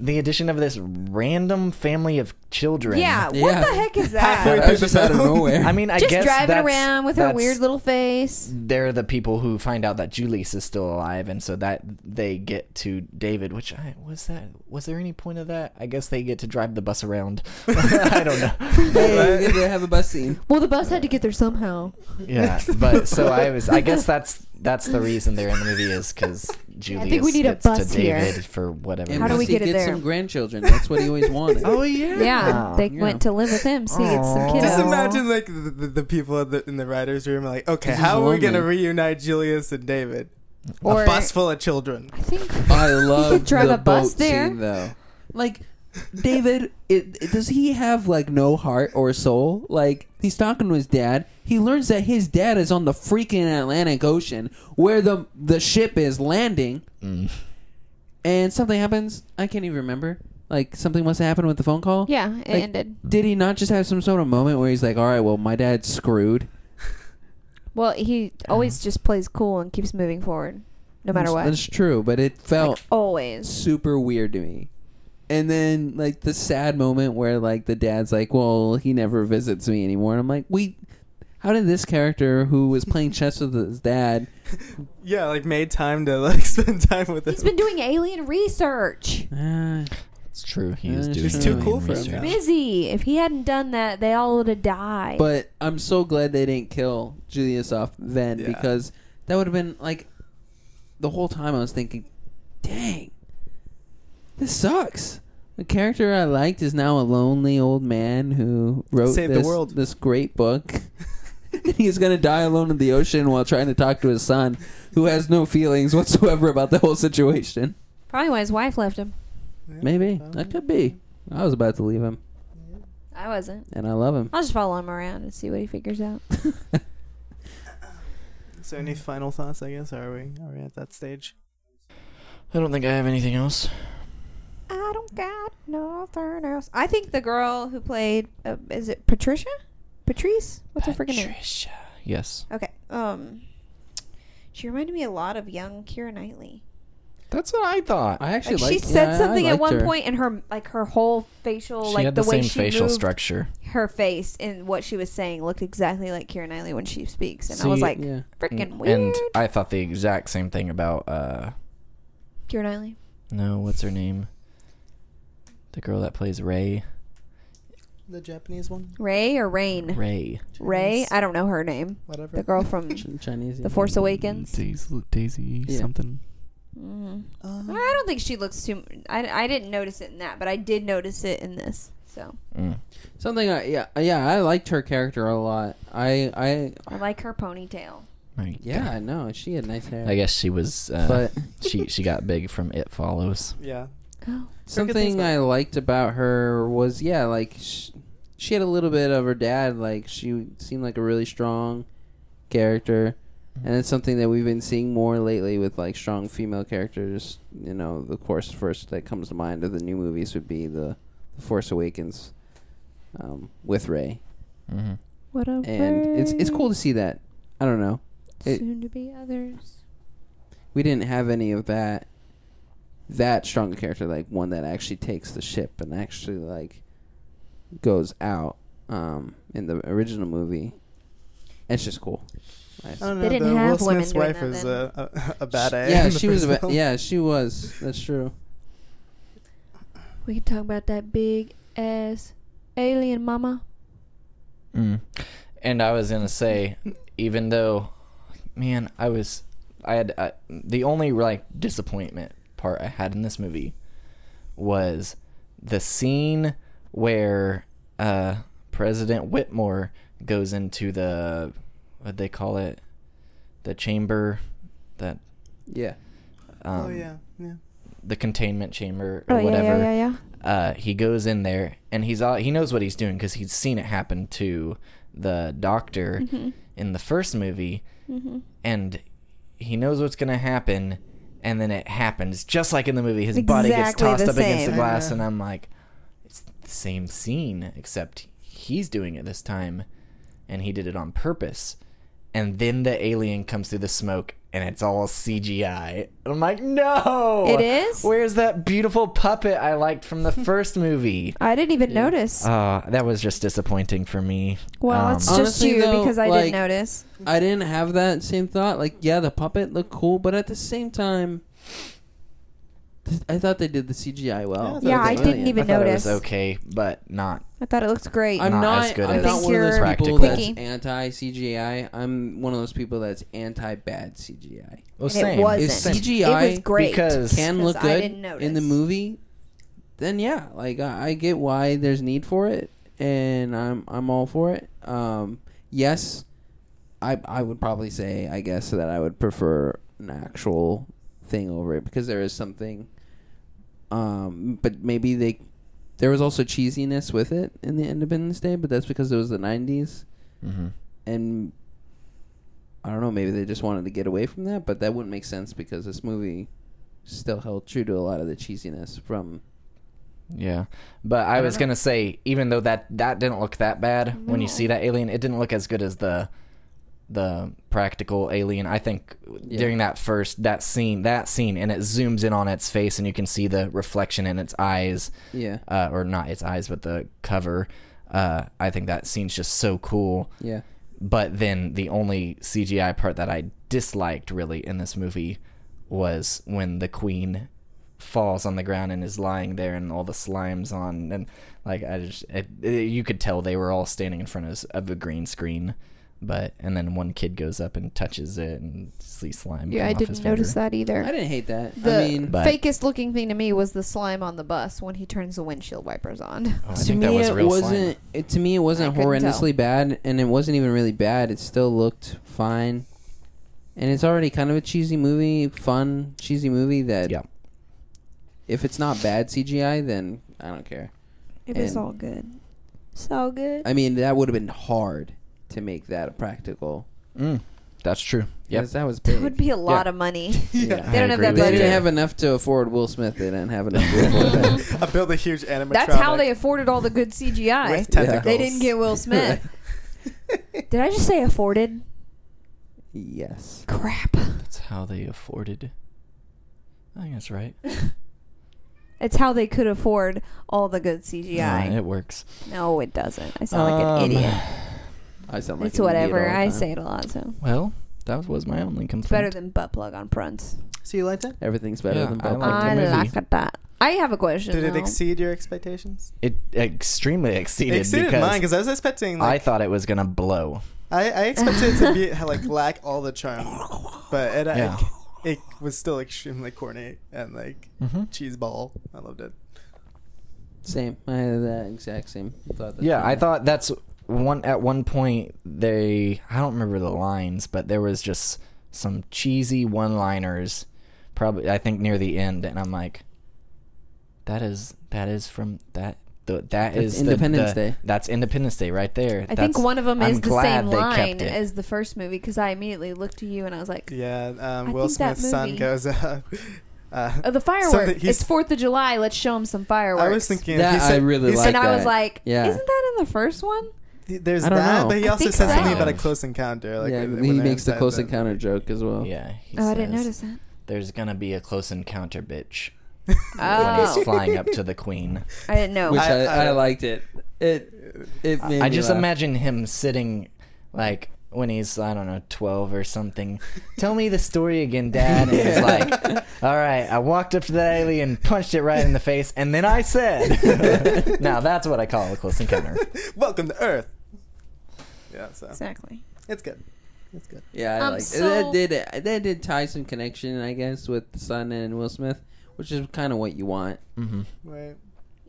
Speaker 1: the addition of this random family of children.
Speaker 4: Yeah, what
Speaker 3: Yeah.
Speaker 4: the heck is
Speaker 2: Halfway
Speaker 4: that?
Speaker 3: That was just out of nowhere.
Speaker 1: I mean, I
Speaker 4: Just
Speaker 1: guess
Speaker 4: driving
Speaker 1: that's-
Speaker 4: around with her
Speaker 1: that's-
Speaker 4: weird little face.
Speaker 1: They're the people who find out that Julius is still alive, and so that they get to David. Which I was that? Was there any point of that? I guess they get to drive the bus around. I don't know.
Speaker 3: hey, we get to have a bus scene.
Speaker 4: Well, the bus had to get there somehow.
Speaker 1: Yeah, but so I was. I guess that's that's the reason they're in the movie is because Julius
Speaker 4: we need a
Speaker 1: gets
Speaker 4: bus
Speaker 1: to
Speaker 4: here.
Speaker 1: David for whatever.
Speaker 3: And
Speaker 4: How do we
Speaker 1: reason.
Speaker 3: once he
Speaker 4: get it
Speaker 3: gets
Speaker 4: there?
Speaker 3: Some grandchildren. That's what he always wanted.
Speaker 1: Oh yeah.
Speaker 4: Yeah, they
Speaker 3: Ah, Yeah.
Speaker 4: went to live with him, so he gets some
Speaker 1: Aw.
Speaker 4: kids.
Speaker 2: Just
Speaker 1: Yeah.
Speaker 2: imagine like the, the, the people in the, in the writers' room are like, okay,
Speaker 3: This is
Speaker 2: how are we gonna
Speaker 3: lonely.
Speaker 2: reunite Julius and David?
Speaker 4: Or-
Speaker 2: a bus full of children.
Speaker 4: I think
Speaker 3: I love
Speaker 4: He could drive
Speaker 3: the
Speaker 4: a bus
Speaker 3: boat
Speaker 4: there.
Speaker 3: scene though. Like David, it, it- does he have like no heart or soul? Like he's talking to his dad. He learns that his dad is on the freaking Atlantic Ocean where the the ship is landing,
Speaker 1: Mm.
Speaker 3: and something happens. I can't even remember. Like something must have happened with the phone call.
Speaker 4: yeah, it
Speaker 3: Like,
Speaker 4: ended.
Speaker 3: Did he not just have some sort of moment where he's like, "All right, well, my dad's screwed."
Speaker 4: Well, he always just plays cool and keeps moving forward, no matter
Speaker 3: That's-
Speaker 4: what.
Speaker 3: That's true, but it felt
Speaker 4: Always.
Speaker 3: super weird to me. And then like the sad moment where like the dad's like, "Well, he never visits me anymore." And I'm like, "We how did this character who was playing chess with his dad
Speaker 2: Yeah, like made time to like spend time with
Speaker 4: He's
Speaker 2: us.
Speaker 4: been doing alien research.
Speaker 3: uh,
Speaker 1: It's true. He was
Speaker 3: Uh,
Speaker 1: doing.
Speaker 3: she's
Speaker 2: too
Speaker 1: alien
Speaker 2: cool for him
Speaker 1: research.
Speaker 2: now.
Speaker 4: Busy. If he hadn't done that, they all would have died.
Speaker 3: but I'm so glad they didn't kill Julius off then
Speaker 2: Yeah.
Speaker 3: because that would have been like the whole time I was thinking, "Dang. This sucks." The character I liked is now a lonely old man who wrote
Speaker 2: Saved the
Speaker 3: this,
Speaker 2: world.
Speaker 3: this great book. he's gonna die alone in the ocean while trying to talk to his son, who has no feelings whatsoever about the whole situation.
Speaker 4: Probably why his wife left him.
Speaker 3: Maybe that could be. I was about to leave him,
Speaker 4: I wasn't.
Speaker 3: and I love him.
Speaker 4: I'll just follow him around and see what he figures out.
Speaker 2: So any final thoughts? I guess are we are we at that stage?
Speaker 1: I don't think I have anything else.
Speaker 4: I don't got nothing else. I think the girl who played uh, is it Patricia? Patrice? What's her freaking name?
Speaker 1: Patricia. Yes.
Speaker 4: Okay. Um, she reminded me a lot of young Kira Knightley.
Speaker 1: That's what I thought.
Speaker 3: I actually
Speaker 4: Like,
Speaker 3: like.
Speaker 4: she said
Speaker 3: yeah, I
Speaker 4: something at
Speaker 3: liked
Speaker 4: one
Speaker 3: her.
Speaker 4: point, and her like her whole facial,
Speaker 1: she
Speaker 4: like
Speaker 1: had
Speaker 4: the,
Speaker 1: the, same
Speaker 4: way she
Speaker 1: facial
Speaker 4: moved
Speaker 1: structure.
Speaker 4: her face and what she was saying looked exactly like Kira Knightley when she speaks, and I was
Speaker 1: See,
Speaker 4: like,
Speaker 3: Yeah.
Speaker 4: freaking
Speaker 1: Mm,
Speaker 4: weird.
Speaker 1: And I thought the exact same thing about uh
Speaker 4: Kira Knightley.
Speaker 1: no, what's her name? The girl that plays Ray.
Speaker 2: The Japanese one,
Speaker 4: Ray or Rain?
Speaker 1: Ray.
Speaker 4: Ray?
Speaker 2: Yes.
Speaker 4: I don't know her name.
Speaker 2: whatever.
Speaker 4: The girl from
Speaker 3: Ch- Chinese.
Speaker 4: The Force Awakens.
Speaker 1: Daisy, Daisy
Speaker 3: Yeah.
Speaker 1: something.
Speaker 4: Mm.
Speaker 2: Um,
Speaker 4: I don't think she looks too. I, I didn't notice it in that, but I did notice it in this. So
Speaker 1: Mm.
Speaker 3: Something. I, yeah. uh, Yeah. I liked her character a lot. I. I.
Speaker 4: I like her ponytail.
Speaker 1: My
Speaker 3: Yeah.
Speaker 1: God.
Speaker 3: I know. She had nice hair.
Speaker 1: I guess she was uh,
Speaker 3: But
Speaker 1: she she got big from It Follows.
Speaker 2: Yeah.
Speaker 4: Oh,
Speaker 3: something I liked about her was yeah, like sh- she had a little bit of her dad. Like she seemed like a really strong character, and it's something that we've been seeing more lately with like strong female characters. You know, the course first that comes to mind of the new movies would be the, the Force Awakens um, with Ray,
Speaker 1: hmm
Speaker 4: what a
Speaker 3: and it's it's cool to see that. I don't know. it-
Speaker 4: Soon to be others.
Speaker 3: we didn't have any of that that strong character like one that actually takes the ship and actually like goes out um in the original movie it's just cool I-
Speaker 2: I don't know.
Speaker 4: They didn't
Speaker 2: the
Speaker 4: have
Speaker 2: Will
Speaker 4: women
Speaker 2: Smith's
Speaker 4: doing
Speaker 2: wife
Speaker 4: that
Speaker 2: was
Speaker 4: then.
Speaker 2: a, a, a Oh, badass.
Speaker 3: yeah
Speaker 2: in the
Speaker 3: she
Speaker 2: first
Speaker 3: was a ba-
Speaker 2: film.
Speaker 3: yeah she was that's true
Speaker 4: We can talk about that big ass alien mama.
Speaker 1: Mm. And I was gonna say, even though, man, I was, I had uh, the only like disappointment part I had in this movie was the scene where uh, President Whitmore goes into the what they call it, the chamber, that
Speaker 3: yeah
Speaker 1: um,
Speaker 2: oh yeah. Yeah.
Speaker 1: the containment chamber
Speaker 4: Oh
Speaker 1: or
Speaker 4: yeah,
Speaker 1: whatever
Speaker 4: yeah, yeah, yeah.
Speaker 1: uh, he goes in there and he's all, he knows what he's doing because he's seen it happen to the doctor
Speaker 4: Mm-hmm.
Speaker 1: in the first movie, and he knows what's gonna happen, and then it happens just like in the movie. His body gets
Speaker 4: Exactly
Speaker 1: tossed
Speaker 4: the
Speaker 1: up against the
Speaker 4: same.
Speaker 1: glass,
Speaker 2: Yeah.
Speaker 1: and I'm like, it's the same scene except he's doing it this time, and he did it on purpose. And then the alien comes through the smoke, and it's all CGI. And I'm like, no,
Speaker 4: It is?
Speaker 1: Where's that beautiful puppet I liked from the first movie?
Speaker 4: I didn't even notice.
Speaker 1: Uh, that was just disappointing for me.
Speaker 4: well,
Speaker 1: Um,
Speaker 4: it's
Speaker 3: just
Speaker 4: just
Speaker 3: Honestly, you
Speaker 4: you
Speaker 3: though,
Speaker 4: because I
Speaker 3: like-
Speaker 4: didn't notice.
Speaker 3: i didn't have that same thought like yeah the puppet looked cool but at the same time th- i thought they did the cgi well
Speaker 2: Yeah, I
Speaker 4: I
Speaker 2: didn't
Speaker 4: didn't
Speaker 2: even
Speaker 1: I
Speaker 4: even
Speaker 1: thought
Speaker 4: notice.
Speaker 1: it was okay, but not.
Speaker 4: I thought it looked great.
Speaker 3: I'm
Speaker 1: not
Speaker 3: not.
Speaker 1: as good
Speaker 3: I'm
Speaker 1: as
Speaker 3: not one of those
Speaker 1: practical.
Speaker 3: people that's
Speaker 4: Picky.
Speaker 3: anti CGI. I'm one of those people that's anti bad CGI.
Speaker 1: Well,
Speaker 4: And it wasn't.
Speaker 3: It's
Speaker 1: same.
Speaker 3: CGI
Speaker 4: it was great.
Speaker 1: because
Speaker 3: Can
Speaker 4: 'Cause
Speaker 3: look
Speaker 4: I
Speaker 3: good
Speaker 4: didn't
Speaker 3: in the
Speaker 4: notice.
Speaker 3: movie. Then yeah, like I, I get why there's need for it, and I'm I'm all for it. Um, yes, I I would probably say I guess that I would prefer an actual thing over it because there is something. Um, but maybe they there was also cheesiness with it in the Independence Day, but that's because it was the '90s,
Speaker 1: hmm
Speaker 3: and I don't know. Maybe they just wanted to get away from that, but that wouldn't make sense because this movie still held true to a lot of the cheesiness from.
Speaker 1: Yeah, but I, was gonna say, even though that that didn't look that bad when you see that alien, it didn't look as good as the the practical alien. I think
Speaker 3: Yeah.
Speaker 1: during that first that scene, that scene, and it zooms in on its face, and you can see the reflection in its eyes,
Speaker 3: Yeah,
Speaker 1: uh, or not its eyes, but the cover. Uh, I think that scene's just so cool.
Speaker 3: yeah,
Speaker 1: but then the only CGI part that I disliked really in this movie was when the queen falls on the ground and is lying there and all the slimes on and like I just it, it- you could tell they were all standing in front of, s- of a green screen but and then one kid goes up and touches it and see slime
Speaker 4: yeah,
Speaker 1: come
Speaker 4: I
Speaker 1: off his
Speaker 4: didn't
Speaker 1: finger.
Speaker 4: notice that
Speaker 3: I
Speaker 4: either.
Speaker 3: didn't hate that.
Speaker 4: The
Speaker 3: I mean,
Speaker 1: But-
Speaker 4: fakest looking thing to me was the slime on the bus when he turns the windshield wipers on.
Speaker 1: Oh, I
Speaker 3: to
Speaker 1: think
Speaker 3: me
Speaker 1: that was
Speaker 3: it
Speaker 1: real slime.
Speaker 3: wasn't. It, to me, it wasn't
Speaker 4: I couldn't tell.
Speaker 3: horrendously bad, and it wasn't even really bad. It still looked fine, and it's already kind of a cheesy movie, fun cheesy movie that.
Speaker 1: Yeah.
Speaker 3: If it's not bad CGI, then I don't care.
Speaker 4: It
Speaker 3: was And- all
Speaker 4: good. So good.
Speaker 3: I mean, that would have been hard to make that practical.
Speaker 1: Mm. That's true. Yep.
Speaker 3: 'Cause that was
Speaker 4: It
Speaker 3: big.
Speaker 4: would be a lot of money.
Speaker 1: Yeah,
Speaker 4: They
Speaker 1: I
Speaker 4: don't have
Speaker 1: agree
Speaker 4: that
Speaker 1: with
Speaker 3: they
Speaker 4: budget.
Speaker 1: you.
Speaker 3: didn't have enough to afford Will Smith. They didn't have enough. To afford that.
Speaker 2: I built a huge animatronic.
Speaker 4: That's how they afforded all the good CGI.
Speaker 2: with tentacles.
Speaker 4: They didn't get Will Smith. Did I just say afforded?
Speaker 3: yes.
Speaker 4: Crap.
Speaker 1: That's how they afforded. I think that's right.
Speaker 4: It's how they could afford all the good CGI.
Speaker 3: Uh,
Speaker 1: Yeah, it works.
Speaker 4: No, it doesn't. I sound like
Speaker 1: Um,
Speaker 4: an idiot.
Speaker 3: I sound like
Speaker 4: It's
Speaker 3: an idiot
Speaker 4: whatever.
Speaker 3: all the
Speaker 4: I
Speaker 3: time.
Speaker 4: say it a lot, so
Speaker 1: Well, that was my only complaint.
Speaker 4: it's better than butt plug on fronts.
Speaker 2: So you liked it?
Speaker 3: everything's better
Speaker 1: Yeah,
Speaker 3: than
Speaker 1: I
Speaker 3: Bob.
Speaker 1: like the
Speaker 4: I
Speaker 1: movie.
Speaker 4: like it that. I have a question.
Speaker 2: Did it
Speaker 4: though.
Speaker 2: exceed your expectations?
Speaker 1: it extremely exceeded,
Speaker 2: It exceeded
Speaker 1: because
Speaker 2: mine because I was expecting.
Speaker 1: I
Speaker 2: Like,
Speaker 1: thought it was gonna blow.
Speaker 2: I, I expected it to be ha- like lack all the charm, but it,
Speaker 1: Yeah.
Speaker 2: it, it was still extremely corny and like
Speaker 1: Mm-hmm.
Speaker 2: cheese ball. I loved it.
Speaker 3: Same. I had that exact same thought. that
Speaker 1: Yeah,
Speaker 3: you
Speaker 1: I
Speaker 3: had.
Speaker 1: thought that's one. At one point, they I don't remember the lines, but there was just some cheesy one-liners. Probably, I think near the end, and I'm like, that is that is from that. The, that
Speaker 3: That's
Speaker 1: is the-
Speaker 3: Independence
Speaker 1: the-
Speaker 3: Day.
Speaker 1: That's Independence Day right there.
Speaker 4: I think
Speaker 1: That's-
Speaker 4: one of them
Speaker 1: I'm
Speaker 4: is the
Speaker 1: glad
Speaker 4: same
Speaker 1: they
Speaker 4: line
Speaker 1: kept it.
Speaker 4: as the first movie because I immediately looked to you and I was like,
Speaker 2: Yeah,
Speaker 4: I
Speaker 2: um, Will
Speaker 4: think that
Speaker 2: Smith's son
Speaker 4: movie-
Speaker 2: goes. Uh, uh,
Speaker 4: "Oh, the
Speaker 2: Something-
Speaker 4: fireworks!
Speaker 2: he's-
Speaker 4: It's Fourth of July. Let's show him some fireworks."
Speaker 2: I was thinking.
Speaker 3: That
Speaker 2: he said,
Speaker 3: I really
Speaker 2: he
Speaker 3: like
Speaker 2: said-
Speaker 4: and I was
Speaker 3: that.
Speaker 4: like,
Speaker 3: Yeah.
Speaker 4: "Isn't that in the first one?"
Speaker 2: There's
Speaker 3: I don't
Speaker 2: that,
Speaker 3: know.
Speaker 2: but he
Speaker 4: I
Speaker 2: also
Speaker 4: think
Speaker 2: said something
Speaker 4: so.
Speaker 2: about a close encounter. Like
Speaker 3: yeah,
Speaker 2: when-
Speaker 3: he
Speaker 2: when they're
Speaker 3: makes the
Speaker 2: inside
Speaker 3: close encounter joke as well.
Speaker 1: Yeah. he
Speaker 4: Oh, I didn't
Speaker 1: says,
Speaker 4: notice that.
Speaker 1: There's gonna be a close encounter, bitch. When
Speaker 4: Oh,
Speaker 1: he's flying up to the queen.
Speaker 4: I didn't know.
Speaker 3: Which
Speaker 2: I-
Speaker 3: I, I,
Speaker 2: I-
Speaker 3: liked it. It it made
Speaker 1: I
Speaker 3: me
Speaker 1: just
Speaker 3: laugh.
Speaker 1: imagine him sitting like when he's I don't know twelve or something. Tell me the story again, Dad. And he's
Speaker 3: Yeah.
Speaker 1: like, "All right, I walked up to that alien, punched it right in the face, and then I said, now that's what I call a close encounter.'
Speaker 2: Welcome to Earth. Yeah, so
Speaker 4: exactly.
Speaker 2: it's good. It's good.
Speaker 3: Yeah, I
Speaker 4: Um,
Speaker 3: liked
Speaker 4: so-
Speaker 3: it. That did that did tie some connection, I guess, with the son and Will Smith, which is kind of what you want,
Speaker 1: Mm-hmm.
Speaker 2: Right.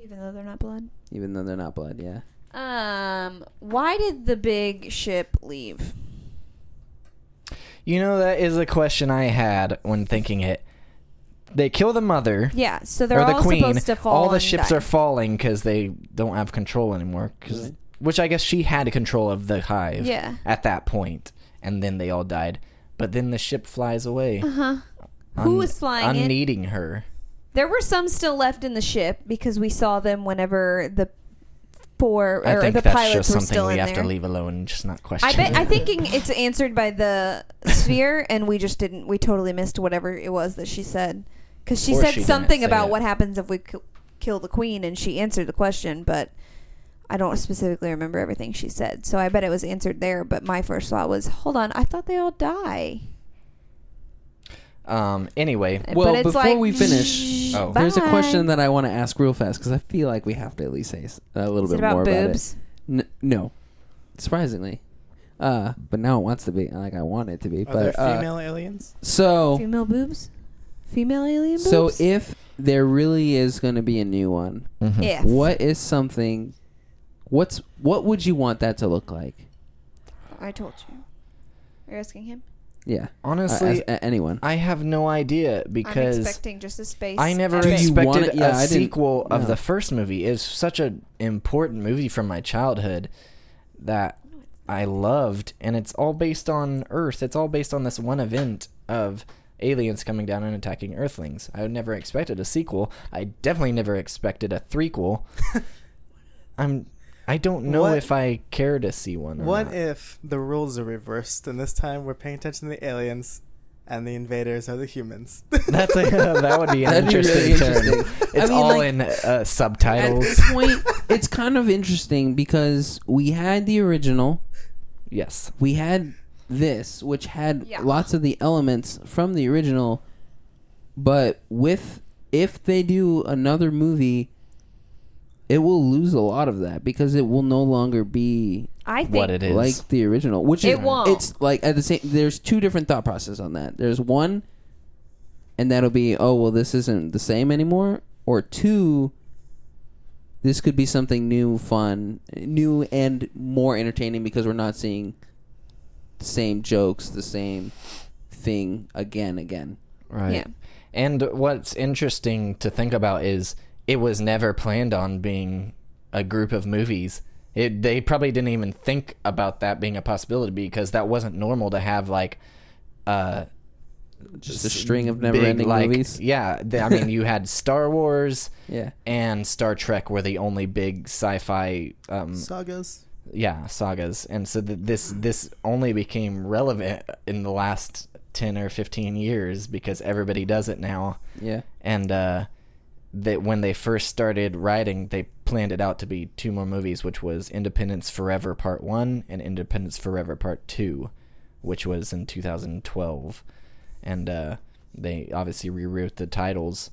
Speaker 4: Even though they're not blood.
Speaker 3: even though they're not blood. Yeah,
Speaker 4: Um, why did the big ship leave?
Speaker 1: You know that is a question I had when thinking it. They kill the mother
Speaker 4: Yeah, so they're
Speaker 1: or the
Speaker 4: all
Speaker 1: queen.
Speaker 4: supposed to fall.
Speaker 1: All the
Speaker 4: and
Speaker 1: ships
Speaker 4: die.
Speaker 1: are falling because they don't have control anymore. 'cause-
Speaker 3: Right.
Speaker 1: which I guess she had control of the hive.
Speaker 4: Yeah.
Speaker 1: at that point, and then they all died. But then the ship flies away.
Speaker 4: Uh huh. Who was flying it?
Speaker 1: Unneeding her.
Speaker 4: There were some still left in the ship because we saw them whenever the four
Speaker 1: I
Speaker 4: or
Speaker 1: think
Speaker 4: the
Speaker 1: that's
Speaker 4: pilots
Speaker 1: just
Speaker 4: were
Speaker 1: something
Speaker 4: still
Speaker 1: we
Speaker 4: in
Speaker 1: have
Speaker 4: there.
Speaker 1: to leave alone and just not question.
Speaker 4: I bet
Speaker 1: it.
Speaker 4: I thinking it's answered by the sphere, and we just didn't. We totally missed whatever it was that she said because she
Speaker 1: Or
Speaker 4: said
Speaker 1: she didn't
Speaker 4: something
Speaker 1: say
Speaker 4: about
Speaker 1: it.
Speaker 4: what happens if we ki- kill the queen, and she answered the question, but. I don't specifically remember everything she said, so I bet it was answered there. But my first thought was, "Hold on, I thought they all die."
Speaker 1: Um. Anyway,
Speaker 3: Well,
Speaker 4: but it's
Speaker 3: before
Speaker 4: like,
Speaker 3: we finish,
Speaker 4: "Shh,
Speaker 1: Oh.
Speaker 3: there's a
Speaker 4: bye."
Speaker 3: question that I want to ask real fast because I feel like we have to at least say s- a little
Speaker 4: Is
Speaker 3: bit
Speaker 4: it about
Speaker 3: more
Speaker 4: boobs?
Speaker 3: about it. N- no, surprisingly, uh, but now it wants to be like I want it to be.
Speaker 2: Are
Speaker 3: but
Speaker 2: there
Speaker 3: uh,
Speaker 2: female aliens?
Speaker 1: Oh.
Speaker 3: so
Speaker 4: Female boobs? Female alien boobs?
Speaker 3: so if there really is going to be a new one,
Speaker 1: mhm.
Speaker 4: If.
Speaker 3: what is something? What's what would you want that to look like?
Speaker 4: I told you. You're asking him?
Speaker 3: Yeah,
Speaker 1: honestly,
Speaker 3: Uh, as- a- anyone.
Speaker 1: I have no idea
Speaker 4: I'm
Speaker 1: because
Speaker 4: expecting just a space.
Speaker 1: I never
Speaker 3: Do you
Speaker 4: epic.
Speaker 1: expected
Speaker 3: want it?
Speaker 1: a
Speaker 3: Yeah, I didn't-
Speaker 1: sequel of
Speaker 3: no.
Speaker 1: the first movie. It's such an important movie from my childhood that I loved, and it's all based on Earth. It's all based on this one event of aliens coming down and attacking Earthlings. I never expected a sequel. I definitely never expected a threequel. I'm. I don't know
Speaker 2: What-
Speaker 1: if I care to see one. Or
Speaker 2: What
Speaker 1: not.
Speaker 2: if the rules are reversed and this time we're paying attention to the aliens and the invaders are the humans?
Speaker 1: That's a, that would be an
Speaker 3: That'd be
Speaker 1: interesting
Speaker 3: really
Speaker 1: turn.
Speaker 3: interesting.
Speaker 1: It's
Speaker 3: I mean,
Speaker 1: all
Speaker 3: like,
Speaker 1: in uh,
Speaker 3: At
Speaker 1: subtitles.
Speaker 3: this point, it's kind of interesting because we had the original,
Speaker 1: yes.
Speaker 3: we had this, which had
Speaker 4: Yeah.
Speaker 3: lots of the elements from the original, but with if they do another movie, it will lose a lot of that because it will no longer be
Speaker 4: I think
Speaker 1: What it is.
Speaker 3: like the original, which is
Speaker 4: It won't.
Speaker 3: It's like at the same. There's two different thought processes on that. There's one, and that'll be oh well, this isn't the same anymore. Or two, this could be something new, fun, new and more entertaining because we're not seeing the same jokes, the same thing again, again.
Speaker 1: Right.
Speaker 4: Yeah.
Speaker 1: And what's interesting to think about is it was never planned on being a group of movies. It, they probably didn't even think about that being a possibility because that wasn't normal to have like uh
Speaker 3: Just a
Speaker 1: s-
Speaker 3: string of
Speaker 1: big,
Speaker 3: never-ending
Speaker 1: like-
Speaker 3: movies.
Speaker 1: Yeah, th- I mean you had Star Wars
Speaker 3: Yeah.
Speaker 1: and Star Trek were the only big sci-fi um
Speaker 2: Sagas.
Speaker 1: yeah sagas and so th- this this only became relevant in the last 10 or 15 years because everybody does it now
Speaker 3: Yeah.
Speaker 1: and uh that when they first started writing they planned it out to be two more movies which was independence forever part one and independence forever part two which was in 2012 and uh they obviously rewrote the titles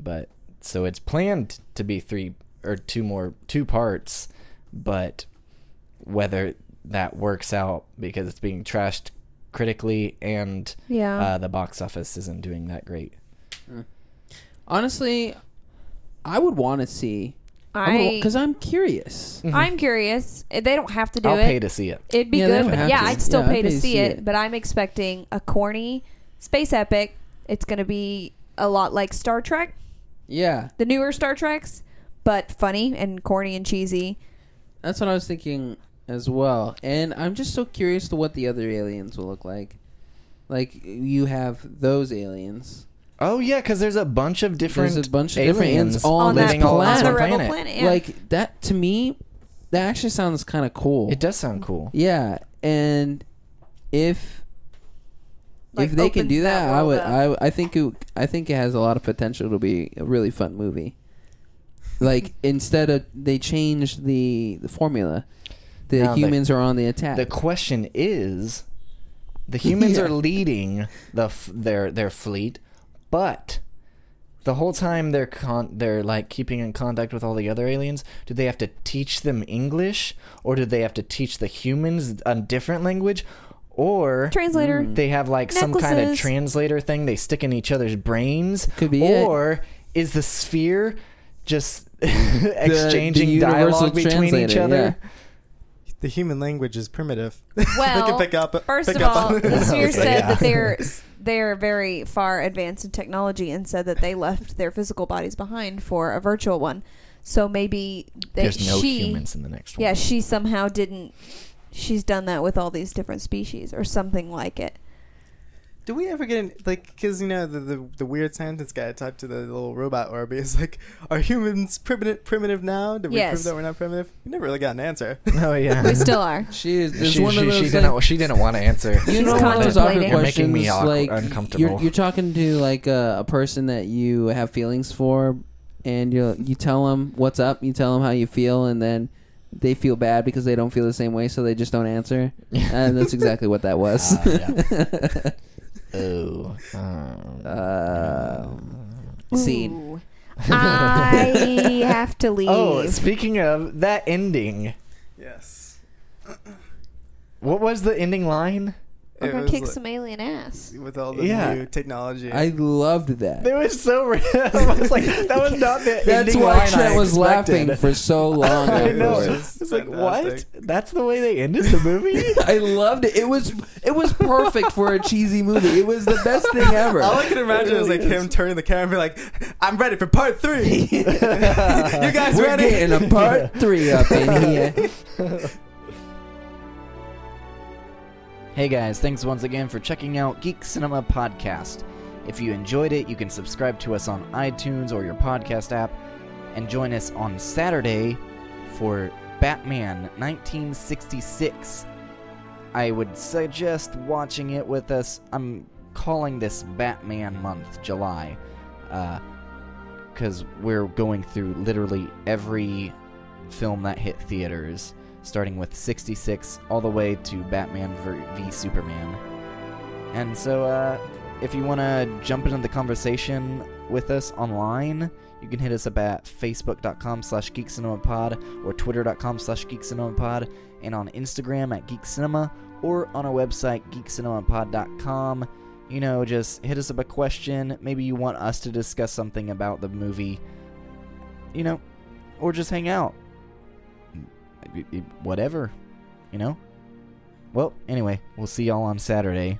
Speaker 1: but so it's planned to be three or two more two parts but whether that works out because it's being trashed critically and
Speaker 4: Yeah.
Speaker 1: uh, the box office isn't doing that great
Speaker 3: Honestly, I would want to see
Speaker 4: I,
Speaker 3: because I'm curious.
Speaker 1: Mm.
Speaker 4: I'm curious. They don't have to do
Speaker 1: I'll
Speaker 4: it.
Speaker 1: pay to see it.
Speaker 4: It'd be
Speaker 3: Yeah, they
Speaker 4: good.
Speaker 3: don't
Speaker 4: but
Speaker 3: have
Speaker 4: yeah,
Speaker 3: to.
Speaker 4: I'd still
Speaker 3: Yeah,
Speaker 4: pay to see, it, but I'm expecting a corny space epic. It's going to be a lot like Star Trek,
Speaker 3: Yeah,
Speaker 4: the newer Star Treks, but funny and corny and cheesy.
Speaker 3: that's what I was thinking as well. And I'm just so curious to what the other aliens will look like. Like you have those aliens.
Speaker 1: Oh yeah, because there's a bunch of different
Speaker 3: There's a bunch of
Speaker 1: aliens
Speaker 3: different aliens all
Speaker 4: on that
Speaker 1: living all
Speaker 4: on
Speaker 1: on
Speaker 3: planet.
Speaker 4: the
Speaker 1: one
Speaker 4: rebel
Speaker 1: planet.
Speaker 4: planet. yeah.
Speaker 3: Like that to me, that actually sounds kind of cool.
Speaker 1: It does sound cool.
Speaker 3: Yeah, and if
Speaker 4: Like,
Speaker 3: if they can
Speaker 4: opens
Speaker 3: do that,
Speaker 4: that
Speaker 3: I
Speaker 4: world
Speaker 3: would. I,
Speaker 4: up.
Speaker 3: I think it. I think it has a lot of potential to be a really fun movie. Like instead of they changed the the formula, the
Speaker 1: Now the-
Speaker 3: humans are on the attack.
Speaker 1: The question is, the humans
Speaker 3: Yeah.
Speaker 1: are leading the f- their their fleet, but the whole time they're con- they're like keeping in contact with all the other aliens. Do they have to teach them English, or do they have to teach the humans a different language, or
Speaker 4: Translator.
Speaker 1: they have like some kind of
Speaker 4: Necklaces.
Speaker 1: translator thing they stick in each other's brains
Speaker 3: Could be it.
Speaker 1: or is the sphere just exchanging
Speaker 3: universal
Speaker 1: dialogue between each
Speaker 3: translator,
Speaker 1: other
Speaker 2: The human language is primitive.
Speaker 4: Well,
Speaker 2: they can pick up.
Speaker 4: First
Speaker 2: pick
Speaker 4: of
Speaker 2: up
Speaker 4: all,
Speaker 2: on
Speaker 4: the
Speaker 2: it.
Speaker 4: sphere
Speaker 1: Okay.
Speaker 4: said
Speaker 1: Yeah.
Speaker 4: that they're they're very far advanced in technology and said that they left their physical bodies behind for a virtual one. So maybe they,
Speaker 1: there's no
Speaker 4: she,
Speaker 1: humans in the next one
Speaker 4: yeah, she somehow didn't. She's done that with all these different species or something like it.
Speaker 2: Do we ever get in like because you know the, the the weird scientist guy talked to the little robot Orby is like, are humans primitive primitive now? Did we
Speaker 4: Yes.
Speaker 2: prove that we're not primitive? We never really got an answer.
Speaker 1: oh yeah
Speaker 4: We still are.
Speaker 3: She is. There's
Speaker 1: she,
Speaker 3: one
Speaker 1: she,
Speaker 3: of those.
Speaker 1: she
Speaker 3: like,
Speaker 1: didn't she didn't want to answer
Speaker 3: you
Speaker 4: She's
Speaker 3: know one of those awkward
Speaker 4: contemplating.
Speaker 3: questions
Speaker 1: you're making me awkward,
Speaker 3: like
Speaker 1: uncomfortable
Speaker 3: you're, you're talking to like a, a person that you have feelings for, and you you tell them what's up, you tell them how you feel, and then they feel bad because they don't feel the same way, so they just don't answer. and that's exactly what that was.
Speaker 1: Ah, oh um,
Speaker 3: Um, scene.
Speaker 4: Ooh. I have to leave.
Speaker 1: oh speaking of that ending
Speaker 2: Yes.
Speaker 1: what was the ending line
Speaker 4: We're
Speaker 2: It
Speaker 4: gonna
Speaker 2: was
Speaker 4: kick
Speaker 2: like-
Speaker 4: some alien ass.
Speaker 2: with all the
Speaker 1: Yeah.
Speaker 2: new technology.
Speaker 3: I loved
Speaker 1: It
Speaker 3: that.
Speaker 1: was so real. I was like, that was not the
Speaker 3: That's
Speaker 1: ending
Speaker 3: why
Speaker 1: line I
Speaker 3: Trent was laughing
Speaker 1: expected.
Speaker 3: for so long.
Speaker 1: I know.
Speaker 3: afterwards.
Speaker 1: It's like what?
Speaker 2: Fantastic.
Speaker 1: That's the way they ended the movie.
Speaker 3: I loved it. It was it was perfect for a cheesy movie. It was the best thing ever.
Speaker 2: all I can imagine is like him turning the camera, and be like, "I'm ready for part three. you guys
Speaker 3: We're
Speaker 2: ready?"
Speaker 3: getting a part three up in here.
Speaker 8: Hey guys, thanks once again for checking out Geek Cinema Podcast. If you enjoyed it, you can subscribe to us on iTunes or your podcast app and join us on Saturday for Batman 1966. I would suggest watching it with us. I'm calling this Batman month, July, because we're going through literally every film that hit theaters starting with 66 all the way to Batman v, v Superman. And so, uh, if you want to jump into the conversation with us online, you can hit us up at facebook.com slash geekcinemapod or twitter.com slash geekcinemapod and on Instagram at geekcinema or on our website geekcinemapod.com. You know, just hit us up a question. Maybe you want us to discuss something about the movie, you know, or just hang out whatever, you know? Well, anyway, we'll see y'all on Saturday.